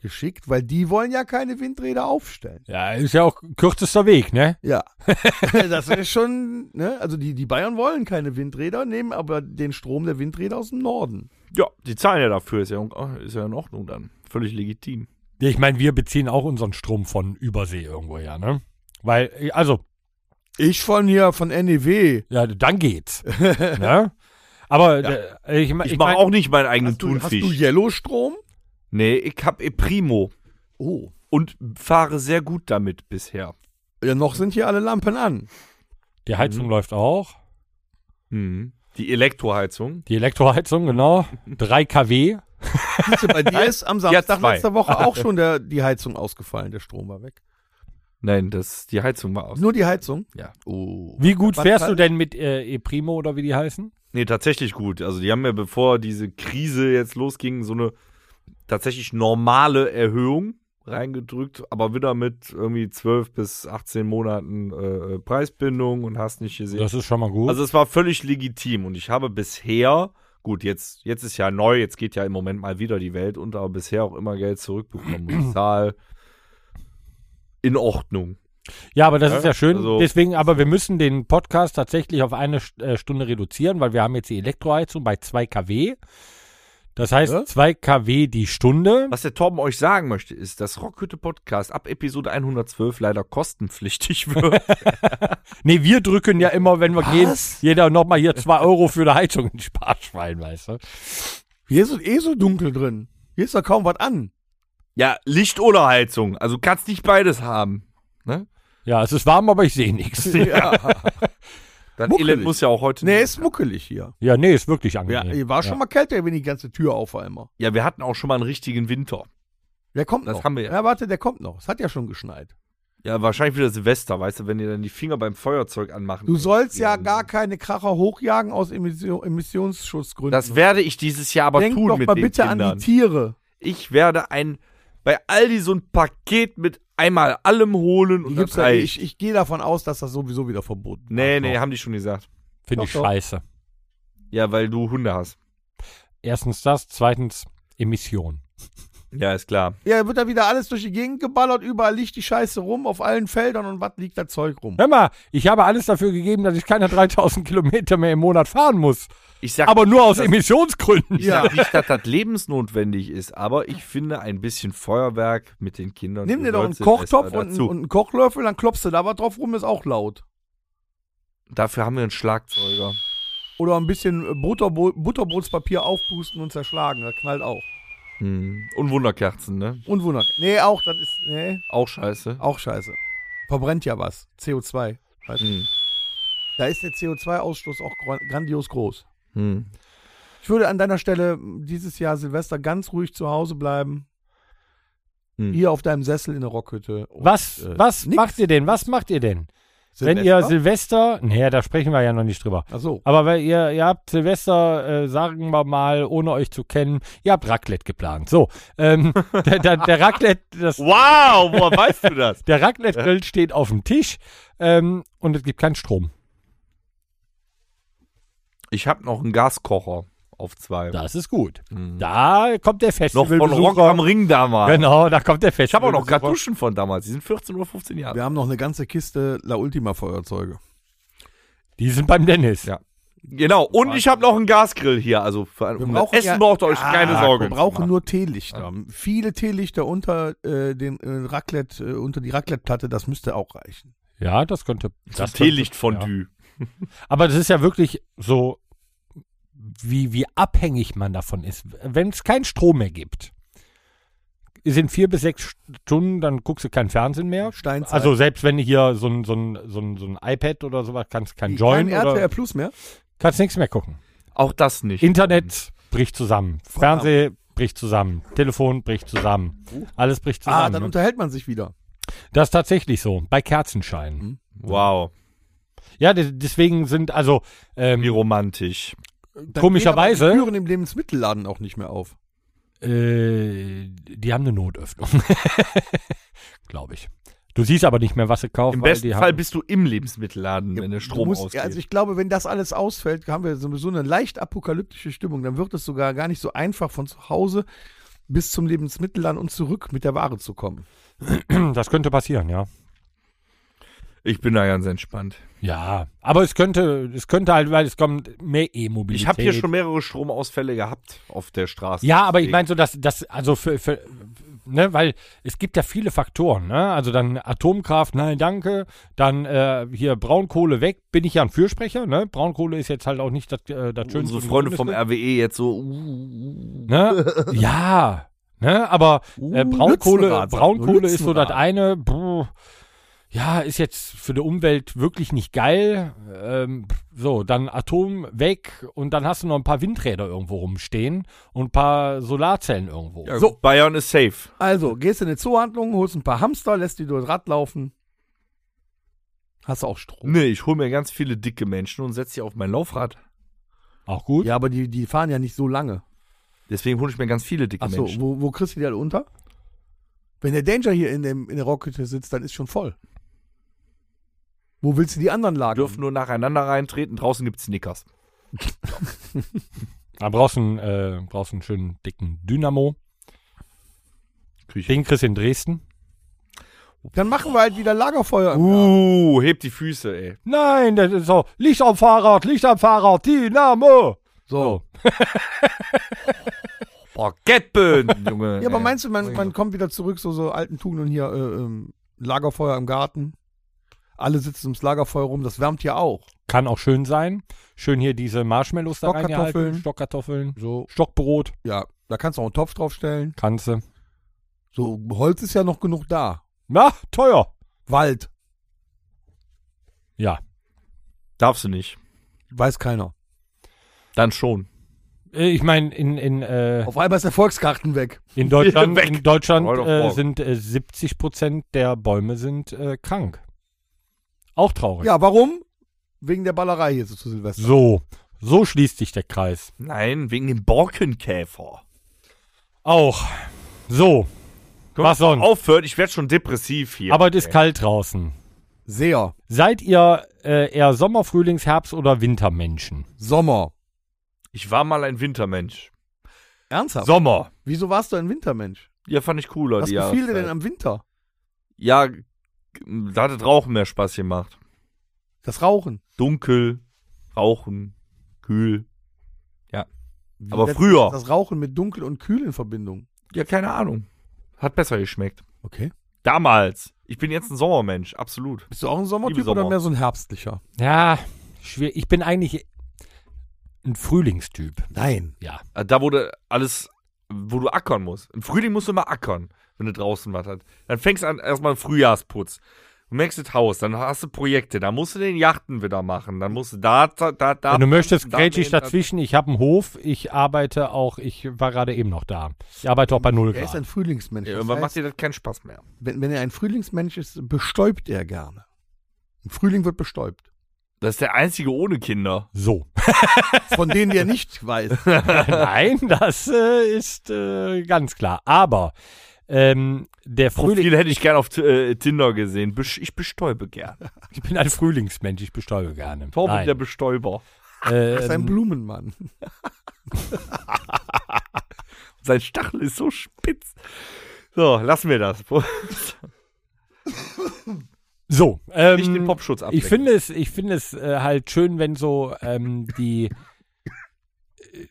Speaker 3: geschickt, weil die wollen ja keine Windräder aufstellen.
Speaker 2: Ja, ist ja auch kürzester Weg, ne?
Speaker 3: Ja. (laughs) das wäre schon, ne? Also die, die Bayern wollen keine Windräder, nehmen aber den Strom der Windräder aus dem Norden.
Speaker 4: Ja, die zahlen ja dafür. Ist ja, ist ja in Ordnung dann. Völlig legitim.
Speaker 2: Ja, Ich meine, wir beziehen auch unseren Strom von Übersee irgendwo her, ne? Weil, also,
Speaker 3: Ich von hier, von E NEW.
Speaker 2: ja, dann
Speaker 4: (laughs)
Speaker 2: geht's. ne? Aber äh, ich, mein-
Speaker 4: Ich,
Speaker 2: ich
Speaker 4: mache
Speaker 2: mein-
Speaker 4: auch nicht meinen eigenen
Speaker 3: Hast du, hast du
Speaker 4: Thunfisch.
Speaker 3: Yellow-Strom?
Speaker 4: nee, ich habe Primo
Speaker 3: Oh.
Speaker 4: und fahre sehr gut damit bisher.
Speaker 3: Ja, noch sind hier alle Lampen an.
Speaker 2: die
Speaker 4: Mhm.
Speaker 2: Heizung läuft auch.
Speaker 4: Die Elektroheizung.
Speaker 2: Die Elektroheizung,
Speaker 4: (laughs)
Speaker 2: genau. 3 kW.
Speaker 3: Siehst du, bei (laughs) dir ist am
Speaker 4: Ja,
Speaker 3: Samstag
Speaker 4: zwei.
Speaker 3: letzter Woche auch schon der, die Heizung ausgefallen, der Strom war weg.
Speaker 4: Nein, das, die Heizung war aus.
Speaker 3: Nur die Heizung?
Speaker 4: Ja.
Speaker 3: Oh.
Speaker 2: Wie gut
Speaker 3: Was
Speaker 2: fährst
Speaker 3: kann-
Speaker 2: du denn mit äh, E-Primo oder wie die heißen?
Speaker 4: Nee, tatsächlich gut. Also die haben ja, bevor diese Krise jetzt losging, so eine tatsächlich normale Erhöhung reingedrückt, aber wieder mit irgendwie 12 bis 18 Monaten äh, Preisbindung und hast nicht gesehen.
Speaker 2: Das ist schon mal gut.
Speaker 4: Also es war völlig legitim und ich habe bisher, gut, jetzt, jetzt ist ja neu, jetzt geht ja im Moment mal wieder die Welt unter, aber bisher auch immer Geld zurückbekommen. Und die Zahl in Ordnung.
Speaker 2: Ja, aber das
Speaker 4: Ja,
Speaker 2: ist ja schön.
Speaker 4: also-
Speaker 2: Deswegen, aber wir müssen den Podcast tatsächlich auf eine äh, Stunde reduzieren, weil wir haben jetzt die Elektroheizung bei 2 kW. Das heißt,
Speaker 3: Ja?
Speaker 2: 2 kW die Stunde.
Speaker 4: Was der Torben euch sagen möchte, ist, dass Rockhütte Podcast ab Episode 112 leider kostenpflichtig (laughs) wird.
Speaker 2: Nee, wir drücken ja immer, wenn wir gehen, jeder nochmal hier 2 Euro für die Heizung ins Sparschwein, weißt du?
Speaker 3: Hier ist es eh so dunkel drin. Hier ist doch kaum was an.
Speaker 4: ja, Licht oder Heizung. Also kannst nicht beides haben.
Speaker 2: Ja, es ist warm, aber ich sehe nichts.
Speaker 3: (laughs) Ja.
Speaker 4: Dann
Speaker 3: Muckelig.
Speaker 4: Elend muss ja auch heute.
Speaker 3: nee, ist muckelig hier.
Speaker 2: Ja, nee, ist wirklich
Speaker 3: Ja,
Speaker 2: angenehm.
Speaker 3: hier war schon mal kälter, wenn die ganze Tür auf war immer.
Speaker 4: ja, wir hatten auch schon mal einen richtigen Winter.
Speaker 3: Der kommt
Speaker 4: Das
Speaker 3: noch.
Speaker 4: haben wir ja.
Speaker 3: Ja, warte, der kommt noch. Es hat ja schon geschneit.
Speaker 4: Ja, wahrscheinlich wieder Silvester, weißt du, wenn ihr dann die Finger beim Feuerzeug anmachen.
Speaker 3: Du sollst ja
Speaker 4: Ja.
Speaker 3: gar keine Kracher hochjagen aus Emission, Emissionsschutzgründen.
Speaker 4: Das werde ich dieses Jahr aber
Speaker 3: Denk
Speaker 4: tun
Speaker 3: doch
Speaker 4: mit
Speaker 3: mal
Speaker 4: den
Speaker 3: bitte
Speaker 4: Kindern.
Speaker 3: an die Tiere.
Speaker 4: ich werde ein bei Aldi so ein Paket mit einmal allem holen
Speaker 3: Die
Speaker 4: und
Speaker 3: gibt's
Speaker 4: das
Speaker 3: ja,
Speaker 4: reicht.
Speaker 3: ich ich gehe davon aus, dass das sowieso wieder verboten
Speaker 4: nee,
Speaker 3: ist.
Speaker 4: nee, haben die schon gesagt.
Speaker 2: Finde ich
Speaker 3: Doch, doch.
Speaker 2: scheiße.
Speaker 4: Ja, weil du Hunde hast.
Speaker 2: Erstens das, zweitens Emission.
Speaker 4: Ja, ist klar.
Speaker 3: Ja, wird da wieder alles durch die Gegend geballert, überall liegt die Scheiße rum, auf allen Feldern und was liegt da Zeug rum.
Speaker 2: Hör mal, ich habe alles dafür gegeben, dass ich keine 3000 Kilometer mehr im Monat fahren muss.
Speaker 4: Ich sag,
Speaker 2: Aber nur aus Emissionsgründen.
Speaker 4: ich sag nicht, dass das lebensnotwendig ist, aber ich finde ein bisschen Feuerwerk mit den Kindern.
Speaker 3: Nimm dir doch einen
Speaker 4: gehört
Speaker 3: Kochtopf
Speaker 4: dazu.
Speaker 3: und, einen- und einen Kochlöffel, dann klopfst du da was drauf rum, ist auch laut.
Speaker 4: Dafür haben wir einen Schlagzeuger.
Speaker 3: Oder ein bisschen äh, Butterbo Butterbrotspapier aufpusten und zerschlagen, das knallt auch.
Speaker 4: Hm. Und Wunderkerzen, ne?
Speaker 3: Und Wunder. Nee, auch, das ist, nee,
Speaker 4: Auch scheiße.
Speaker 3: auch scheiße. Verbrennt ja was, CO2. Weißt du?
Speaker 4: Hm.
Speaker 3: Da ist der CO2-Ausstoß auch gran- grandios groß.
Speaker 4: Hm.
Speaker 3: Ich würde an deiner Stelle mh, dieses Jahr Silvester ganz ruhig zu Hause bleiben.
Speaker 4: Hm.
Speaker 3: Hier auf deinem Sessel in der Rockhütte. Und,
Speaker 2: Was,
Speaker 3: äh,
Speaker 2: was
Speaker 3: nix.
Speaker 2: macht ihr denn? Was macht ihr denn?
Speaker 3: Silvester?
Speaker 2: Wenn ihr Silvester, naja, da sprechen wir ja noch nicht drüber.
Speaker 3: Ach so.
Speaker 2: Aber weil ihr, ihr habt Silvester, äh, sagen wir mal, ohne euch zu kennen, ihr habt Raclette geplant. So, ähm, (laughs) der, der, der Raclette, das,
Speaker 4: Wow, woher weißt du das?
Speaker 2: der Raclette-Grill steht auf dem Tisch ähm, und es gibt keinen Strom.
Speaker 4: (laughs) Ich habe noch einen Gaskocher auf zwei.
Speaker 2: Das ist gut.
Speaker 4: Hm.
Speaker 2: Da kommt der
Speaker 4: Noch von Rock
Speaker 2: Festivalbesucher.
Speaker 4: am Ring damals.
Speaker 2: Genau, da kommt der Festival.
Speaker 4: Ich habe auch noch Kartuschen von damals. Die sind 14 oder 15 Jahre.
Speaker 3: Wir haben noch eine ganze Kiste La Ultima Feuerzeuge.
Speaker 2: Die sind beim Dennis.
Speaker 4: Ja. Genau. Und ich habe noch einen Gasgrill hier. Also für ein,
Speaker 3: Wir
Speaker 4: um
Speaker 3: brauchen
Speaker 4: Essen
Speaker 3: ja- Ah,
Speaker 4: braucht ihr euch keine Sorge.
Speaker 3: Wir brauchen nur Teelichter. Viele Teelichter unter äh, den äh, Raclette, äh, unter die Raclette-Platte, das müsste auch reichen.
Speaker 2: Ja, das könnte.
Speaker 4: das
Speaker 2: Das
Speaker 4: Teelicht
Speaker 2: könnte- Ja.
Speaker 4: Fondue.
Speaker 2: Aber das ist ja wirklich so, wie, wie abhängig man davon ist. Wenn es keinen Strom mehr gibt, sind vier bis sechs Stunden, dann guckst du kein Fernsehen mehr.
Speaker 3: Steinzeit.
Speaker 2: Also selbst wenn du hier so ein, so ein, so ein, so ein iPad oder sowas kannst, kein
Speaker 3: kein
Speaker 2: Join
Speaker 3: RTR
Speaker 2: oder
Speaker 3: Plus mehr.
Speaker 2: kannst nichts mehr gucken.
Speaker 4: Auch das nicht.
Speaker 2: Internet bricht zusammen. Fernseh bricht zusammen. Telefon bricht zusammen. Alles bricht
Speaker 3: Ah, dann
Speaker 2: zusammen.
Speaker 3: unterhält man sich wieder.
Speaker 2: das ist tatsächlich so. Bei Kerzenschein.
Speaker 3: Mhm.
Speaker 4: wow.
Speaker 2: Ja, de- deswegen sind also
Speaker 4: Wie
Speaker 2: ähm,
Speaker 4: romantisch.
Speaker 3: Dann
Speaker 2: Komischerweise-
Speaker 3: gehen aber Die Türen im Lebensmittelladen auch nicht mehr auf.
Speaker 2: Äh, die haben eine Notöffnung. (laughs) Glaube ich. Du siehst aber nicht mehr, was sie kaufen.
Speaker 4: Im
Speaker 2: weil
Speaker 4: besten
Speaker 2: die
Speaker 4: Fall
Speaker 2: haben-
Speaker 4: bist du im Lebensmittelladen, wenn der Strom
Speaker 3: Du musst-
Speaker 4: ausgeht.
Speaker 3: Also ich glaube, wenn das alles ausfällt, haben wir sowieso eine leicht apokalyptische Stimmung. Dann wird es sogar gar nicht so einfach, von zu Hause bis zum Lebensmittelladen und zurück mit der Ware zu kommen.
Speaker 2: Das könnte passieren, ja.
Speaker 4: ich bin da ganz entspannt.
Speaker 2: Ja, aber es könnte, es könnte halt, weil es kommt mehr E-Mobilität.
Speaker 4: Ich habe hier schon mehrere Stromausfälle gehabt auf der Straße.
Speaker 2: Ja, aber ich
Speaker 4: Deswegen.
Speaker 2: meine so, dass das also für, für ne, weil es gibt ja viele Faktoren, ne? Also dann Atomkraft, nein, danke. Dann äh, hier Braunkohle weg, bin ich ja ein Fürsprecher, ne? Braunkohle ist jetzt halt auch nicht das, äh, das schönste.
Speaker 4: unsere Freunde vom
Speaker 3: ne?
Speaker 2: Gründnis,
Speaker 4: RWE jetzt so. Uh,
Speaker 3: (laughs)
Speaker 2: ne? Ja, ne? Aber äh,
Speaker 3: Uh,
Speaker 2: Braunkohle,
Speaker 3: Lützenrad, sagt man,
Speaker 2: Braunkohle ist so das
Speaker 3: Lützenrad.
Speaker 2: eine. Puh, ja, ist jetzt für die Umwelt wirklich nicht geil. Ähm, so, dann Atom weg und dann hast du noch ein paar Windräder irgendwo rumstehen und ein paar Solarzellen irgendwo.
Speaker 4: so, Bayern ist safe.
Speaker 3: Also, gehst in eine Zoohandlung, holst ein paar Hamster, lässt die durchs Rad laufen. Hast du auch Strom.
Speaker 4: Nee, ich hole mir ganz viele dicke Menschen und setze sie auf mein Laufrad.
Speaker 2: Auch gut.
Speaker 3: Ja, aber die, die fahren ja nicht so lange.
Speaker 4: Deswegen hole ich mir ganz viele dicke
Speaker 3: Achso,
Speaker 4: Menschen.
Speaker 3: wo, wo kriegst du die alle unter? Wenn der Danger hier in, dem, in der Rockhütte sitzt, dann ist schon voll. Wo willst du die anderen lagern?
Speaker 4: dürfen nur nacheinander reintreten. Draußen gibt's Snickers.
Speaker 2: Da brauchst du einen, äh, brauchst einen schönen dicken Dynamo.
Speaker 4: Küche.
Speaker 2: Den kriegst du in Dresden.
Speaker 3: Dann machen wir halt wieder Lagerfeuer.
Speaker 4: Uh, hebt die Füße, ey.
Speaker 2: Nein, das ist so. Licht am Fahrrad, Licht am Fahrrad, Dynamo.
Speaker 3: So. (laughs)
Speaker 4: Boah, Gettböden, Oh. Junge.
Speaker 3: Ja, aber
Speaker 4: ey.
Speaker 3: meinst du, man, man kommt wieder zurück, so, so alten Tugenden hier, äh, ähm, Lagerfeuer im Garten. Alle sitzen ums Lagerfeuer rum, das wärmt ja auch.
Speaker 2: Kann auch schön sein. Schön hier diese Marshmallows da
Speaker 3: Stockkartoffeln.
Speaker 2: reingehalten. Stockkartoffeln.
Speaker 3: So,
Speaker 2: Stockbrot.
Speaker 3: ja, da kannst du auch einen Topf draufstellen.
Speaker 2: Kannst du.
Speaker 3: So, Holz ist ja noch genug da.
Speaker 2: Na, teuer.
Speaker 3: Wald,
Speaker 2: Ja.
Speaker 4: Darfst du nicht.
Speaker 3: weiß keiner.
Speaker 4: Dann schon.
Speaker 2: Äh, Ich meine, in, in, äh,
Speaker 3: Auf einmal ist der Volksgarten weg.
Speaker 2: in Deutschland,
Speaker 4: Weg.
Speaker 2: in Deutschland
Speaker 4: Right of
Speaker 2: äh,
Speaker 4: walk.
Speaker 2: sind äh, 70 Prozent der Bäume sind äh, krank. Auch traurig.
Speaker 3: Ja, warum? Wegen der Ballerei hier so zu Silvester.
Speaker 2: So, so schließt sich der Kreis.
Speaker 4: Nein, wegen dem Borkenkäfer.
Speaker 2: Auch. So,
Speaker 4: Komm,
Speaker 2: Was sonst?
Speaker 4: Aufhört, ich werde schon depressiv hier.
Speaker 2: aber es ist
Speaker 4: Ey.
Speaker 2: kalt draußen.
Speaker 3: Sehr.
Speaker 2: Seid ihr äh, eher Sommer, Frühlings, Herbst oder Wintermenschen?
Speaker 3: Sommer.
Speaker 4: Ich war mal ein Wintermensch.
Speaker 3: Ernsthaft?
Speaker 4: Sommer.
Speaker 3: Wieso warst du ein Wintermensch?
Speaker 4: Ja, fand ich cooler.
Speaker 3: Was
Speaker 4: die
Speaker 3: gefiel dir
Speaker 4: Jahreszeit.
Speaker 3: denn am Winter?
Speaker 4: Ja, g- da hat das Rauchen mehr Spaß gemacht.
Speaker 3: Das Rauchen.
Speaker 4: Dunkel, Rauchen, kühl.
Speaker 3: Wie
Speaker 4: Aber
Speaker 3: das-
Speaker 4: früher.
Speaker 3: Das Rauchen mit dunkel und kühl in Verbindung.
Speaker 4: Ja, keine Ahnung. Hat besser geschmeckt.
Speaker 3: Okay.
Speaker 4: Damals. Ich bin jetzt ein Sommermensch, absolut.
Speaker 3: Bist du auch ein Sommertyp
Speaker 4: Liebe Sommer.
Speaker 3: oder mehr so ein herbstlicher?
Speaker 2: Ja, schwierig. Ich bin eigentlich ein Frühlingstyp.
Speaker 3: Nein.
Speaker 2: Ja.
Speaker 4: Äh, Da wurde alles, wo du ackern musst. Im Frühling musst du immer ackern, wenn du draußen was hast. Dann fängst du an, erstmal einen Frühjahrsputz. Du merkst das Haus, dann hast du Projekte, dann musst du den Yachten wieder machen, dann musst du da, da, da, da.
Speaker 2: Wenn du möchtest,
Speaker 4: da-
Speaker 2: grätsche ich
Speaker 4: da-
Speaker 2: dazwischen. Ich habe einen Hof. Ich arbeite auch. Ich war gerade eben noch da. Ich arbeite auch bei null
Speaker 3: Er ist ein
Speaker 2: Grad.
Speaker 3: Frühlingsmensch.
Speaker 4: Ja,
Speaker 3: Das
Speaker 4: Irgendwann macht
Speaker 3: heißt,
Speaker 4: dir das keinen Spaß mehr.
Speaker 3: wenn, wenn er ein Frühlingsmensch ist, bestäubt er gerne. Im Frühling wird bestäubt.
Speaker 4: Das ist der einzige ohne Kinder.
Speaker 2: So. (laughs)
Speaker 3: Von denen, die er (laughs) nicht weiß.
Speaker 2: Nein, das äh, ist äh, ganz klar. Aber ähm, der Frühling.
Speaker 4: Profil hätte ich gern auf T- äh, Tinder gesehen. Besch- ich bestäube gern.
Speaker 2: Ich bin ein Frühlingsmensch. Ich bestäube gerne.
Speaker 4: Torben der
Speaker 2: Nein.
Speaker 4: Bestäuber.
Speaker 3: Das ist ein
Speaker 2: Ähm,
Speaker 3: Blumenmann.
Speaker 4: Sein Stachel ist so spitz. So, lassen wir das.
Speaker 2: so. Ähm,
Speaker 4: Nicht den Popschutz ablenken.
Speaker 2: Ich finde es, ich finde es äh, halt schön, wenn so ähm, die, äh,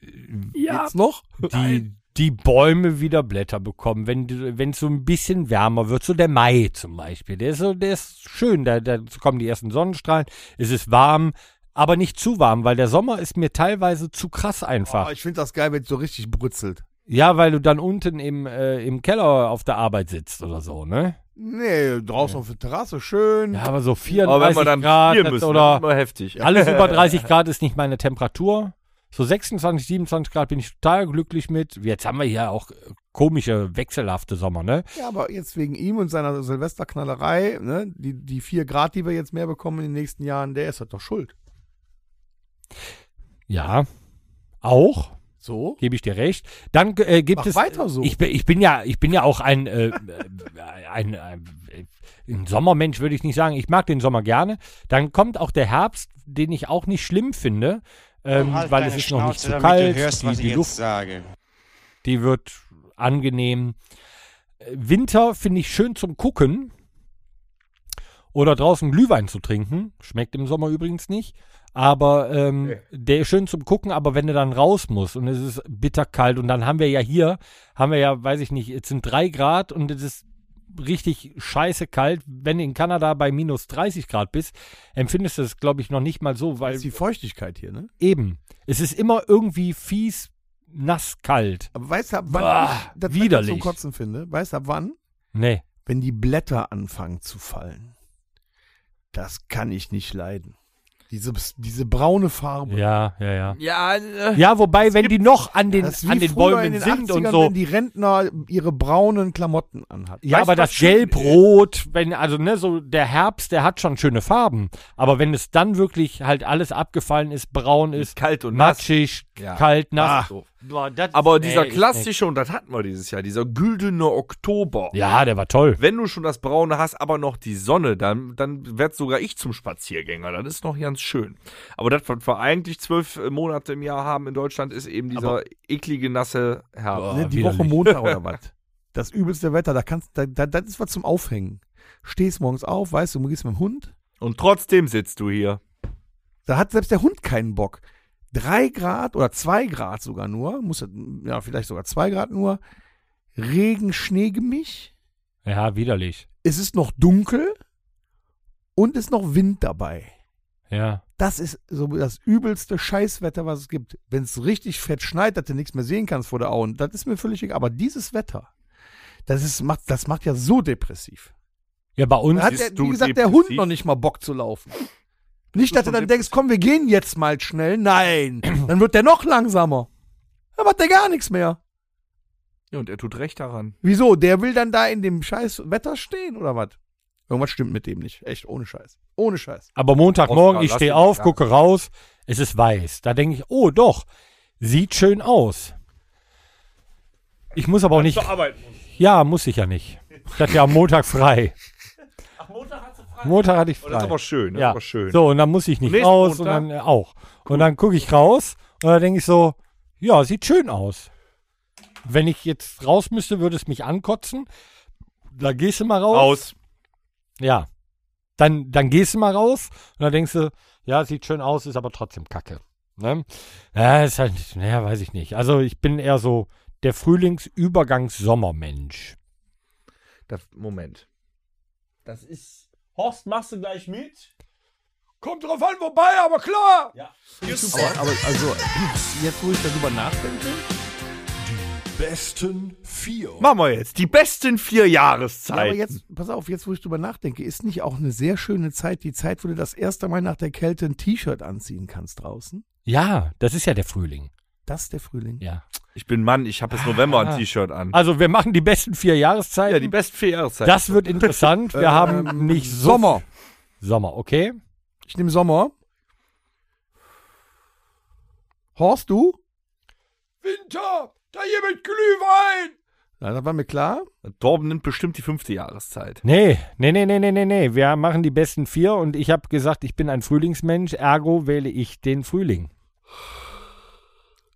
Speaker 4: ja.
Speaker 3: Jetzt noch?
Speaker 2: die, die Bäume wieder Blätter bekommen, wenn die- wenn es so ein bisschen wärmer wird, so der Mai zum Beispiel, der ist so, der ist schön, da, da kommen die ersten Sonnenstrahlen, es ist warm, aber nicht zu warm, weil der Sommer ist mir teilweise zu krass einfach.
Speaker 3: Oh, ich finde das geil, wenn es so richtig brutzelt.
Speaker 2: ja, weil du dann unten im, äh, im Keller auf der Arbeit sitzt oder so, ne?
Speaker 3: Nee, draußen auf der Terrasse, schön.
Speaker 2: Ja, aber so 34
Speaker 4: Hm. Aber wenn wir dann
Speaker 2: Grad
Speaker 4: spielen müssen, ne?
Speaker 2: oder
Speaker 4: das ist immer heftig.
Speaker 2: Alles
Speaker 5: (laughs)
Speaker 2: über 30 Grad ist nicht meine Temperatur. So 26, 27 Grad bin ich total glücklich mit. Jetzt haben wir hier auch äh, komische, wechselhafte Sommer, ne?
Speaker 3: Ja, aber jetzt wegen ihm und seiner Silvesterknallerei, ne, die, die vier Grad, die wir jetzt mehr bekommen in den nächsten Jahren, der ist halt doch schuld.
Speaker 2: Ja. Auch,
Speaker 3: So?
Speaker 2: gebe ich dir recht. Dann äh, gibt
Speaker 3: Mach
Speaker 2: es.
Speaker 3: weiter so.
Speaker 2: Ich, bin- ich bin ja, ich bin ja auch ein, äh, äh, ein, äh, ein Sommermensch, würde ich nicht sagen. Ich mag den Sommer gerne. Dann kommt auch der Herbst, den ich auch nicht schlimm finde, ähm,
Speaker 5: Halt
Speaker 2: weil
Speaker 5: deine
Speaker 2: es ist noch nicht
Speaker 5: Schnauze,
Speaker 2: zu
Speaker 5: damit
Speaker 2: kalt.
Speaker 5: Du hörst,
Speaker 2: die,
Speaker 5: was
Speaker 2: die
Speaker 5: ich
Speaker 2: Luft
Speaker 5: jetzt sage.
Speaker 2: die wird angenehm. Äh, Winter finde ich schön zum Gucken oder draußen Glühwein zu trinken. Schmeckt im Sommer übrigens nicht. Aber ähm, der ist schön zum Gucken, aber wenn du dann raus musst und es ist bitterkalt und dann haben wir ja hier, haben wir ja, weiß ich nicht, jetzt sind drei Grad und es ist richtig scheiße kalt. Wenn du in Kanada bei minus 30 Grad bist, empfindest du es, glaube ich, noch nicht mal so,
Speaker 3: Das
Speaker 2: weil
Speaker 3: ist die Feuchtigkeit hier, ne?
Speaker 2: eben, es ist immer irgendwie fies, nass, kalt.
Speaker 3: Aber weißt du, ab wann
Speaker 2: Bah,
Speaker 3: ich das
Speaker 2: widerlich.
Speaker 3: zum Kotzen finde? Weißt du, ab wann?
Speaker 2: Nee.
Speaker 3: Wenn die Blätter anfangen zu fallen. Das kann ich nicht leiden. Diese, diese braune Farbe.
Speaker 2: Ja, ja, ja.
Speaker 4: Ja, äh,
Speaker 2: Ja, wobei, wenn die noch an den,
Speaker 3: Das ist wie
Speaker 2: an den
Speaker 3: früher
Speaker 2: Bäumen
Speaker 3: in den
Speaker 2: sind
Speaker 3: 80ern,
Speaker 2: und so.
Speaker 3: wenn die Rentner ihre braunen Klamotten anhatten.
Speaker 2: Ja,
Speaker 4: Weißt
Speaker 2: aber
Speaker 4: du, was
Speaker 2: das
Speaker 4: schön
Speaker 2: Gelb-Rot, wenn, also, ne, so der Herbst, der hat schon schöne Farben. Aber wenn es dann wirklich halt alles abgefallen ist, braun ist,
Speaker 4: ist kalt und nass.
Speaker 2: matschig,
Speaker 4: Ja.
Speaker 2: kalt, nass.
Speaker 4: so.
Speaker 2: Boah, das ist-
Speaker 4: Aber
Speaker 2: nee,
Speaker 4: dieser
Speaker 2: ist nix.
Speaker 4: klassische, und das hatten wir dieses Jahr, dieser güldene Oktober.
Speaker 2: Ja, der war toll.
Speaker 4: Wenn du schon das Braune hast, aber noch die Sonne, dann, dann werd sogar ich zum Spaziergänger. Das ist noch ganz schön. Aber das, was wir eigentlich zwölf äh, Monate im Jahr haben in Deutschland, ist eben dieser eklige, nasse Herbst.
Speaker 3: ne, die
Speaker 2: widerlich.
Speaker 3: Woche
Speaker 2: (laughs)
Speaker 3: Montag oder was. Das übelste Wetter, da kannst da, da, das ist was zum Aufhängen. Stehst morgens auf, weißt du, du gehst mit dem Hund.
Speaker 4: Und trotzdem sitzt du hier.
Speaker 3: Da hat selbst der Hund keinen Bock. Drei Grad oder zwei Grad sogar nur, muss er- ja vielleicht sogar zwei Grad nur. Regen, Schnee gemisch.
Speaker 2: Ja, widerlich.
Speaker 3: Es ist noch dunkel und ist noch Wind dabei.
Speaker 2: Ja.
Speaker 3: Das ist so das übelste Scheißwetter, was es gibt. Wenn es richtig fett schneit, dass du nichts mehr sehen kannst vor der Augen, das ist mir völlig egal. Aber dieses Wetter, das, ist, macht, das macht ja so depressiv.
Speaker 2: Ja, bei uns.
Speaker 3: Da hat
Speaker 4: Bist
Speaker 3: der,
Speaker 4: du
Speaker 3: wie gesagt, der
Speaker 4: depressiv?
Speaker 3: Hund noch nicht mal Bock zu laufen. Nicht, dass du dann denkst, komm, wir gehen jetzt mal schnell. Nein, dann wird der noch langsamer. Dann macht der gar nichts mehr.
Speaker 4: Ja, und er tut recht daran.
Speaker 3: Wieso? Der will dann da in dem scheiß Wetter stehen oder was? Irgendwas stimmt mit dem nicht. Echt, ohne Scheiß. Ohne Scheiß.
Speaker 2: Aber Montagmorgen,
Speaker 4: Oscar,
Speaker 2: ich
Speaker 4: lass
Speaker 2: stehe
Speaker 4: ihn
Speaker 2: auf,
Speaker 4: sagen.
Speaker 2: gucke raus, es ist weiß. Da denke ich, oh doch, sieht schön aus. Ich muss aber auch nicht. Ja, muss ich ja nicht. Ich hatte ja am Montag frei. Ach, Montag hatte ich frei.
Speaker 4: Oh, Das ist aber schön. Das
Speaker 2: ja.
Speaker 4: ist aber schön.
Speaker 2: So, und dann muss ich nicht
Speaker 4: Nächsten
Speaker 2: raus und
Speaker 4: Montag?
Speaker 2: dann äh, auch. Und dann gucke ich raus und dann denke ich so, ja, sieht schön aus. Wenn ich jetzt raus müsste, würde es mich ankotzen. Da gehst du mal raus.
Speaker 4: Aus.
Speaker 2: Ja. Dann, dann gehst du mal raus und dann denkst du, ja, sieht schön aus, ist aber trotzdem kacke. Ne? Ja, ist halt, naja, weiß ich nicht. Also ich bin eher so der Frühlingsübergangs-Sommermensch.
Speaker 4: Das, Moment. Das ist. Horst, machst du gleich mit?
Speaker 2: Kommt drauf an, wobei, aber klar.
Speaker 4: Ja.
Speaker 3: Aber, aber also, jetzt wo ich darüber nachdenke,
Speaker 1: Besten vier.
Speaker 4: Machen wir jetzt. Die besten vier
Speaker 3: ja,
Speaker 4: Jahreszeiten.
Speaker 3: aber jetzt, pass auf, jetzt wo ich drüber nachdenke, ist nicht auch eine sehr schöne Zeit, die Zeit, wo du das erste Mal nach der Kälte ein T-Shirt anziehen kannst draußen?
Speaker 2: Ja, das ist ja der Frühling.
Speaker 3: Das ist der Frühling.
Speaker 2: Ja.
Speaker 4: Ich bin Mann, ich
Speaker 3: Ah.
Speaker 4: habe jetzt November ein T-Shirt an.
Speaker 2: Also wir machen die besten vier Jahreszeiten.
Speaker 4: Ja, die besten Ähm, vier Jahreszeiten.
Speaker 2: das wird interessant. Wir haben nicht so-
Speaker 3: Ähm, Sommer.
Speaker 2: Sommer, okay?
Speaker 3: Ich nehme Sommer. Horst, du?
Speaker 2: Winter, da hier mit Glühwein.
Speaker 3: Ja, das war mir klar.
Speaker 4: Torben nimmt bestimmt die fünfte Jahreszeit.
Speaker 2: Nee, nee, nee, nee, nee, nee, nee. Wir machen die besten vier und ich habe gesagt, ich bin ein Frühlingsmensch, ergo wähle ich den Frühling.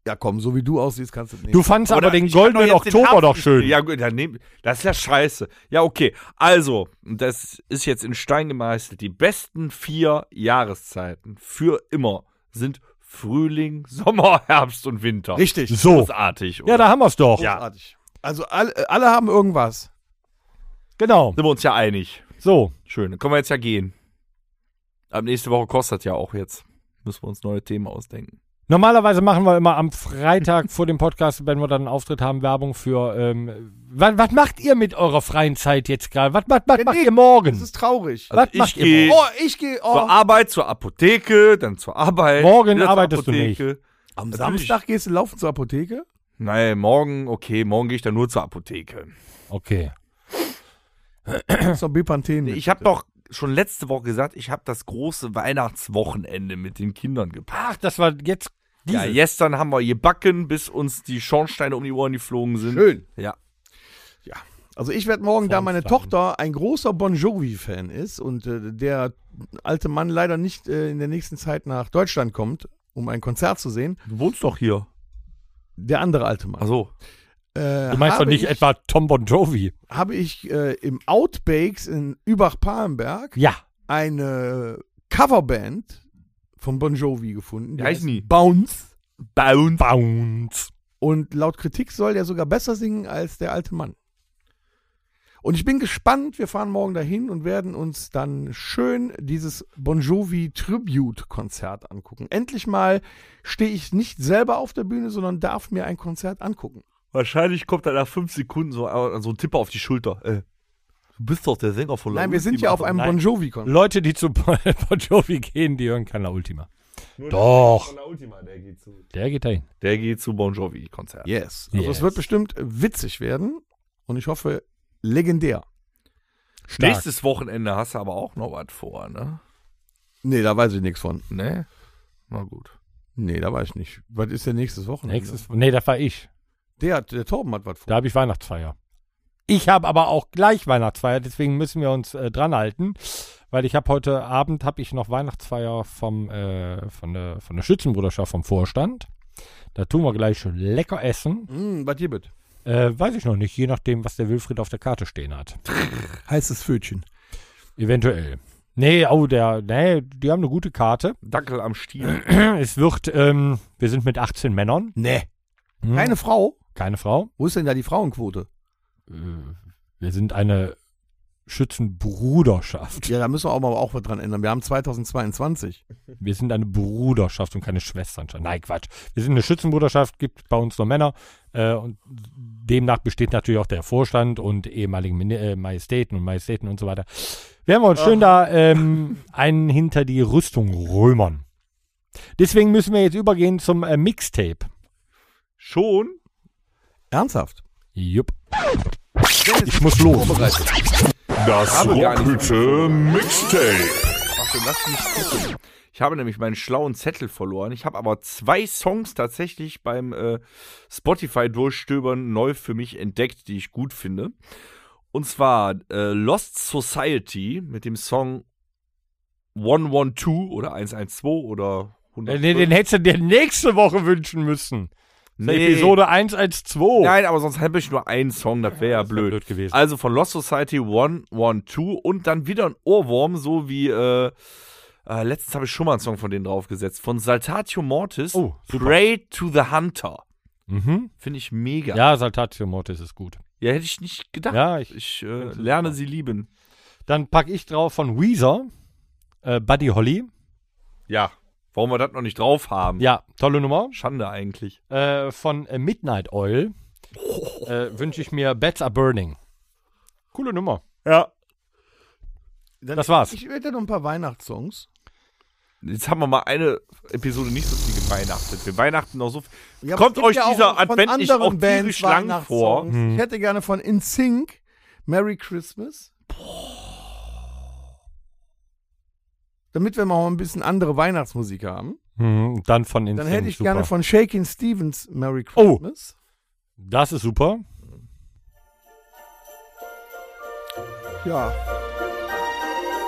Speaker 3: Ja, komm, so wie du aussiehst, kannst du es nehmen.
Speaker 2: Du fandst aber,
Speaker 4: Oder
Speaker 2: den
Speaker 4: ich kann
Speaker 2: goldenen
Speaker 4: doch jetzt den
Speaker 2: Oktober
Speaker 4: Herbst
Speaker 2: doch
Speaker 4: nicht
Speaker 2: schön.
Speaker 4: nehmen. Ja, gut, dann nehm, das ist ja scheiße. Ja, okay. Also, das ist jetzt in Stein gemeißelt. Die besten vier Jahreszeiten für immer sind Frühling, (laughs) Sommer, Herbst und Winter.
Speaker 3: Richtig.
Speaker 2: so.
Speaker 4: Großartig.
Speaker 2: Ja,
Speaker 4: Oder?
Speaker 2: da haben wir's doch.
Speaker 4: Ja.
Speaker 3: Großartig. Also alle, alle haben irgendwas.
Speaker 2: Genau.
Speaker 4: sind wir uns ja einig.
Speaker 2: So,
Speaker 4: Schön. Dann können wir jetzt ja gehen. Ab nächste Woche kostet ja auch jetzt. Müssen wir uns neue Themen ausdenken.
Speaker 2: normalerweise machen wir immer am Freitag vor dem Podcast, wenn wir dann einen Auftritt haben, Werbung für. Ähm, was, was macht ihr mit eurer freien Zeit jetzt gerade? Was, was, was
Speaker 3: Ja,
Speaker 2: macht
Speaker 3: nee,
Speaker 2: ihr morgen?
Speaker 3: Das ist traurig.
Speaker 2: was
Speaker 4: Also ich
Speaker 2: macht ihr
Speaker 4: geh-
Speaker 2: morgen?
Speaker 3: Oh, ich gehe oh,
Speaker 4: Zur Arbeit, zur Apotheke, dann zur Arbeit.
Speaker 2: Morgen
Speaker 4: wieder zur
Speaker 2: arbeitest du
Speaker 4: Apotheke.
Speaker 3: am
Speaker 4: natürlich.
Speaker 3: Samstag gehst du laufen zur Apotheke.
Speaker 4: Nein, morgen, okay, morgen gehe ich dann nur zur Apotheke.
Speaker 2: Okay.
Speaker 3: Zur Bepanthen. mit.
Speaker 4: Ich habe doch schon letzte Woche gesagt, ich habe das große Weihnachtswochenende mit den Kindern gepackt.
Speaker 2: Ach, das war jetzt.
Speaker 4: Ja,
Speaker 2: dieses.
Speaker 4: gestern haben wir gebacken, bis uns die Schornsteine um die Ohren geflogen sind.
Speaker 3: Schön.
Speaker 4: Ja.
Speaker 3: Also ich werde morgen, da meine
Speaker 2: Vorfragen.
Speaker 3: Tochter ein großer Bon Jovi-Fan ist und äh, der alte Mann leider nicht äh, in der nächsten Zeit nach Deutschland kommt, um ein Konzert zu sehen,
Speaker 4: Du wohnst doch hier.
Speaker 3: der andere alte Mann.
Speaker 4: Also,
Speaker 3: Äh,
Speaker 2: Du meinst doch
Speaker 3: habe
Speaker 2: nicht
Speaker 3: ich,
Speaker 2: etwa Tom Bon Jovi?
Speaker 3: Habe ich äh, im Outbakes in Übach-Palenberg
Speaker 2: Ja.
Speaker 3: eine Coverband von Bon Jovi gefunden.
Speaker 4: Die heißt nie.
Speaker 3: Bounce.
Speaker 4: Bound.
Speaker 2: Bounce.
Speaker 3: Und laut Kritik soll der sogar besser singen als der alte Mann. Und ich bin gespannt, wir fahren morgen dahin und werden uns dann schön dieses Bon Jovi Tribute-Konzert angucken. Endlich mal stehe ich nicht selber auf der Bühne, sondern darf mir ein Konzert angucken.
Speaker 4: Wahrscheinlich kommt da nach fünf Sekunden so, äh, so ein Tipp auf die Schulter. Äh, du bist doch der Sänger von La
Speaker 3: Nein, wir sind
Speaker 4: Ultima.
Speaker 3: ja auf einem
Speaker 2: nein.
Speaker 3: Bon Jovi-Konzert.
Speaker 2: Leute, die zu (laughs) Bon Bon Jovi gehen, die hören kein La Ultima. Doch.
Speaker 4: Der geht zu,
Speaker 2: Der geht dahin.
Speaker 4: der geht zu Bon Jovi-Konzert.
Speaker 3: Yes. Also
Speaker 2: Yes.
Speaker 3: es wird bestimmt witzig werden und ich hoffe legendär.
Speaker 2: Stark.
Speaker 4: Nächstes Wochenende hast du aber auch noch was vor, ne?
Speaker 3: Nee, da weiß ich nichts von.
Speaker 4: Ne? Na gut.
Speaker 3: Nee, da weiß ich nicht. Was ist denn nächstes Wochenende?
Speaker 2: Nächstes, nee, das war ich.
Speaker 3: Der, hat- der Torben hat was vor.
Speaker 2: Da habe ich Weihnachtsfeier. Ich habe aber auch gleich Weihnachtsfeier, deswegen müssen wir uns äh, dran halten, weil ich habe heute Abend habe ich noch Weihnachtsfeier vom äh, von der von der Schützenbruderschaft vom Vorstand. Da tun wir gleich schon lecker essen.
Speaker 3: Mm,
Speaker 4: Hm,
Speaker 3: was hier wird?
Speaker 2: Äh, weiß ich noch nicht, je nachdem, was der Wilfried auf der Karte stehen hat.
Speaker 3: Heißes Fötchen.
Speaker 2: Eventuell. Nee, oh, der, nee, die haben eine gute Karte. (clears throat)
Speaker 4: Dackel am Stiel.
Speaker 2: Es wird, ähm, wir sind mit 18 Männern.
Speaker 3: Nee.
Speaker 2: Hm,
Speaker 3: Keine Frau?
Speaker 2: keine Frau.
Speaker 3: Wo ist denn da die Frauenquote?
Speaker 2: Äh, wir sind eine Schützenbruderschaft.
Speaker 3: Ja, da müssen wir auch mal auch was dran ändern. Wir haben 2022.
Speaker 2: Wir sind eine Bruderschaft und keine Schwesternschaft. Nein, Quatsch. Wir sind eine Schützenbruderschaft, gibt bei uns nur Männer. Äh, und demnach besteht natürlich auch der Vorstand und ehemaligen Min äh, Majestäten und Majestäten und so weiter. Werden wir uns schön da ähm, (laughs) einen hinter die Rüstung römern. Deswegen müssen wir jetzt übergehen zum äh, Mixtape.
Speaker 4: Schon?
Speaker 3: Ernsthaft?
Speaker 2: Jupp. Ich muss los.
Speaker 1: Das
Speaker 4: Habe gar nicht
Speaker 1: Rockhütte Mixtape.
Speaker 4: Warte, lass mich gucken. Ich habe nämlich meinen schlauen Zettel verloren. Ich habe aber zwei Songs tatsächlich beim äh, Spotify-Durchstöbern neu für mich entdeckt, die ich gut finde. Und zwar äh, Lost Society mit dem Song 112 oder 112 oder
Speaker 2: Äh, Den, den hättest du dir nächste Woche wünschen müssen. Das ist Episode 112.
Speaker 4: Nein, aber sonst hätte ich nur einen Song, das wäre ja,
Speaker 2: wär
Speaker 4: blöd.
Speaker 2: blöd gewesen.
Speaker 4: Also von Lost Society 112 und dann wieder ein Ohrwurm, so wie äh, äh, letztens habe ich schon mal einen Song von denen draufgesetzt. Von Saltatio Mortis,
Speaker 2: Oh, super.
Speaker 4: Pray to the Hunter.
Speaker 2: Mhm.
Speaker 4: Finde ich mega.
Speaker 2: Ja, Saltatio Mortis ist gut.
Speaker 4: Ja, hätte ich nicht gedacht.
Speaker 3: (laughs)
Speaker 2: Ja, ich,
Speaker 4: Ich äh, lerne sie lieben.
Speaker 2: dann packe ich drauf von Weezer, äh, Buddy Holly.
Speaker 4: Ja. Warum wir das noch nicht drauf haben?
Speaker 2: Ja, tolle Nummer.
Speaker 4: Schande eigentlich.
Speaker 2: Äh, von äh, Midnight Oil äh, wünsche ich mir Bats Are Burning. Coole Nummer.
Speaker 4: Ja.
Speaker 3: Dann-
Speaker 2: Das war's.
Speaker 3: Ich werde noch ein paar Weihnachtssongs.
Speaker 4: Jetzt haben wir mal eine Episode nicht so viel geweihnachtet. Wir weihnachten noch so viel.
Speaker 3: Ja, aber
Speaker 4: Kommt
Speaker 3: es gibt
Speaker 4: euch
Speaker 3: ja auch
Speaker 4: dieser
Speaker 3: von
Speaker 4: Advent nicht
Speaker 3: anderen
Speaker 4: auch tierisch lang vor?
Speaker 3: Weihnachtssongs.
Speaker 2: Hm.
Speaker 3: Ich hätte gerne von In Sync Merry Christmas. Damit wir mal ein bisschen andere Weihnachtsmusik haben.
Speaker 2: Mhm, dann von Insane.
Speaker 3: Dann hätte ich
Speaker 2: super.
Speaker 3: gerne von Shaking Stevens Merry
Speaker 2: Oh.
Speaker 3: Christmas.
Speaker 2: Das ist super.
Speaker 3: Ja.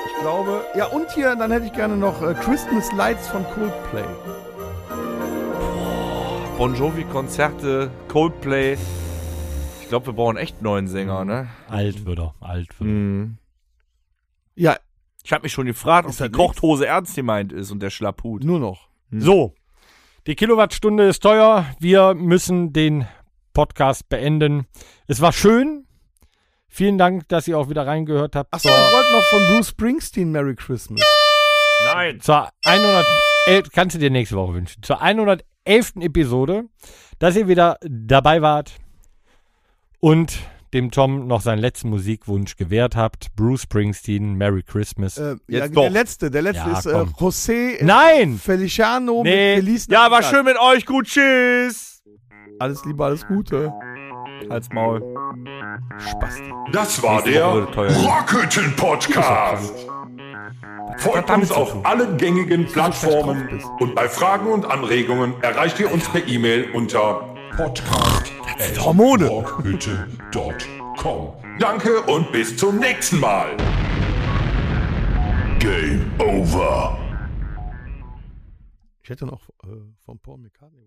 Speaker 3: Ich glaube. Ja, und hier, dann hätte ich gerne noch äh, Christmas Lights von Coldplay.
Speaker 4: Bon Jovi-Konzerte, Coldplay. Ich glaube, wir brauchen echt neuen Sänger,
Speaker 3: Mhm.
Speaker 4: ne?
Speaker 2: Alt wird er, alt wird er.
Speaker 3: Ja,
Speaker 4: Ich habe mich schon gefragt, ob
Speaker 3: Ist
Speaker 4: die
Speaker 3: das
Speaker 4: Kochhose ernst gemeint ist und der Schlapphut.
Speaker 3: nur noch.
Speaker 2: So, die Kilowattstunde ist teuer. Wir müssen den Podcast beenden. Es war schön. Vielen Dank, dass ihr auch wieder reingehört habt.
Speaker 3: Achso, ich wollte noch von Bruce Springsteen Merry Christmas.
Speaker 4: Nein.
Speaker 2: zur 111, kannst du dir nächste Woche wünschen, zur 111. Episode, dass ihr wieder dabei wart und dem Tom noch seinen letzten Musikwunsch gewährt habt. Bruce Springsteen, Merry Christmas.
Speaker 3: Äh, ja,
Speaker 4: Jetzt
Speaker 3: der
Speaker 4: doch.
Speaker 3: letzte, der letzte
Speaker 2: Ja,
Speaker 3: ist äh,
Speaker 2: komm.
Speaker 3: José
Speaker 2: Nein!
Speaker 3: Feliciano
Speaker 2: Nee.
Speaker 3: mit Feliz
Speaker 4: Ja, war
Speaker 3: Navidad.
Speaker 4: schön mit euch. Gut, tschüss.
Speaker 3: Alles Liebe, alles Gute.
Speaker 4: Halt's Maul.
Speaker 1: Das war
Speaker 4: Nächste
Speaker 1: der
Speaker 4: Woche wird teuer.
Speaker 1: Rockhütten Podcast. Folgt uns auf allen gängigen Plattformen und bei Fragen und Anregungen erreicht ihr uns per E-Mail unter podcast@rockhütte.com. Danke und bis zum nächsten Mal. Game over.
Speaker 3: Ich hätte noch äh, von Paul McCartney.